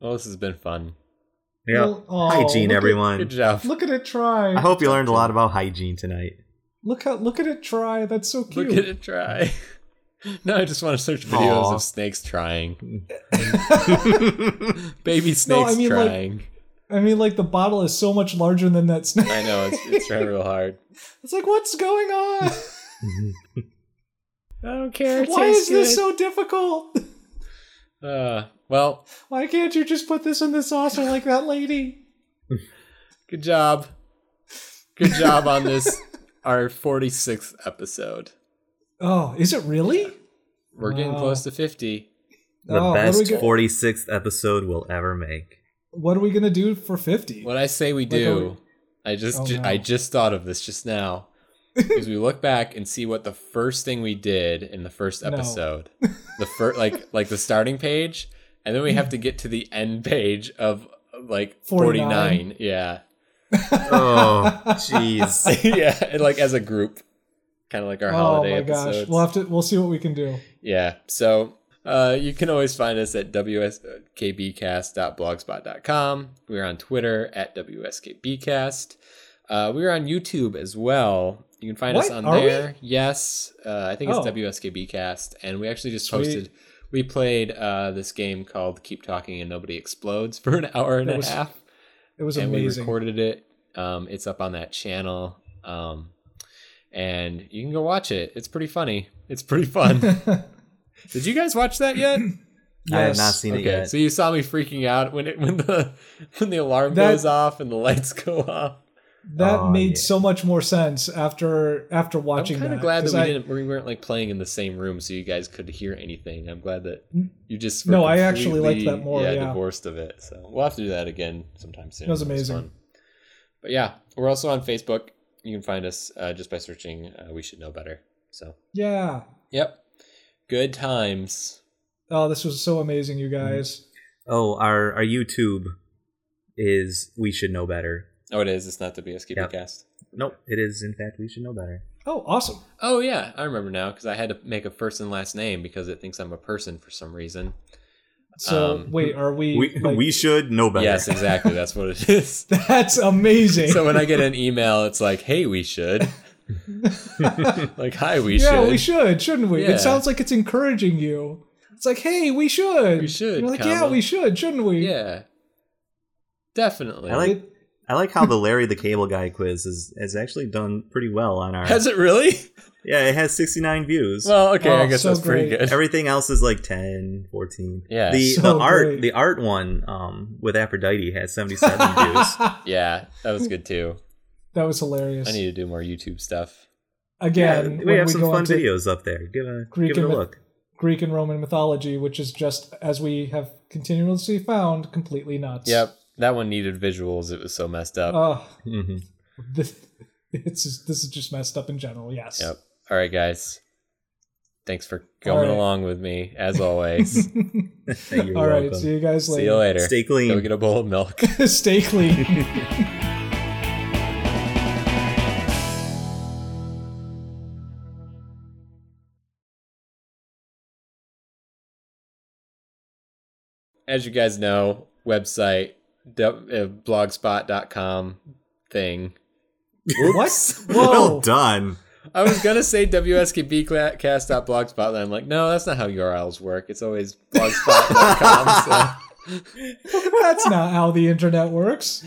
Well, this has been fun.
Yeah.
Well, oh,
hygiene,
look at-
everyone.
Good job.
look at it try.
I hope you learned a lot about hygiene tonight.
look how look at it try. That's so
Look
cute.
at it try. no, I just want to search videos
Aw.
of snakes trying. Baby snakes
mean, like-
trying.
I mean, like the bottle is so much larger than that snake.
I know it's it's trying real hard.
It's like, what's going on?
I don't care.
Why is this so difficult?
so? Uh, well,
Why can't you just put this in the saucer like that lady?
good job. Good job on this. Our forty sixth episode.
Oh, is it really?
We're getting
Wow.
close to fifty.
The
Oh, what do we
best
get-
46th episode we'll ever make.
What are we gonna do for fifty?
What I say we
are
do,
we-
I just
Oh,
ju-
no.
I just thought of this just now. Because we look back and see what the first thing we did in the first
No.
episode, the first like like the starting page, and then we have to get to the end page of like forty
49.
nine. Yeah,
Oh, jeez.
yeah, and, like as a group, kind of like our
oh
holiday
my
episodes.
gosh, we'll have to. We'll see what we can do.
Yeah. So uh, you can always find us at wskbcast.blogspot.com. We're on Twitter at wskbcast. Uh, we're on YouTube as well. You can find us
What?
on
Are we?
there. Yes. Uh, I think it's
Oh.
wskbcast. And we actually just
Sweet.
posted. We played uh, this game called Keep Talking and Nobody Explodes for an hour and
That
a
was
half
It was
and
amazing.
we recorded it. Um, it's up on that channel, um, and you can go watch it. It's pretty funny. It's pretty fun. Did you guys watch that yet?
I have
Yes.
not seen it
okay,
yet.
so you saw me freaking out when it when the when the alarm
That-
goes off and the lights go off.
that
Oh,
made
yeah.
so much more sense after after
I'm
watching.
kind
that,
of glad that
'cause
we
I-
didn't we weren't like playing in the same room, so you guys could hear anything. I'm glad that you just
Hmm? No, I actually liked that
completely,
more, yeah.
divorced of it. So we'll have to do that again sometime soon.
It was amazing.
fun. But yeah, we're also on Facebook. You can find us uh, just by searching uh, "We Should Know Better." So
Yeah.
yep, good times.
Oh, this was so amazing, you guys.
Oh, our, our YouTube is We Should Know Better.
Oh, it is. It's not the BSKB
Yep.
cast.
Nope, it is, in fact, We Should Know Better.
Oh, awesome.
Oh yeah, I remember now because I had to make a first and last name because it thinks I'm a person for some reason.
So
Um,
wait, are we?
We,
like-
we should know better.
Yes, exactly. That's what it is.
That's amazing.
so when I get an email, it's like, "Hey, we should." like, "Hi, we
yeah,
should."
we should, shouldn't we?
Yeah.
It sounds like it's encouraging you. It's like, hey, we should.
We should,
You're like,
comma.
yeah, we should, shouldn't we?
Yeah, definitely.
I like-
It-
I like how the Larry the Cable Guy quiz is, has actually done pretty well on our.
Has it really?
yeah, it has 69 views.
Well, okay, I
Oh,
guess
so
that's pretty
great.
good.
Everything else is like 10, 14.
Yeah.
The
So
the art
great.
the art one um, with Aphrodite has 77 views.
yeah, that was good too.
that was hilarious.
I need to do more YouTube stuff.
Again,
yeah, we
when
have
we
some
go
fun
into
videos up there. Give a
Greek
give it a
and myth-
look.
Greek and Roman mythology, which is just as we have continuously found, completely nuts.
Yep, that one needed visuals. It was so messed up.
Oh,
hmm
this, it's just, this is just messed up in general. Yes.
Yep. All right, guys. Thanks for
All
going
right.
along with me as always.
You're
All right.
welcome.
See you guys later.
See you later.
Stay clean.
Go get a bowl of milk.
Stay clean.
as you guys know, website du- uh, blogspot.com thing.
What?
Well
Whoa.
done.
I was gonna say wskbcast.blogspot, and I'm like, no, that's not how URLs work. It's always blogspot.com.
That's not how the internet works.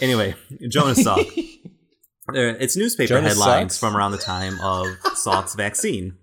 Anyway, Jonas Salk. There- It's newspaper
Jonas
headlines
sucks?
from around the time of Salk's vaccine.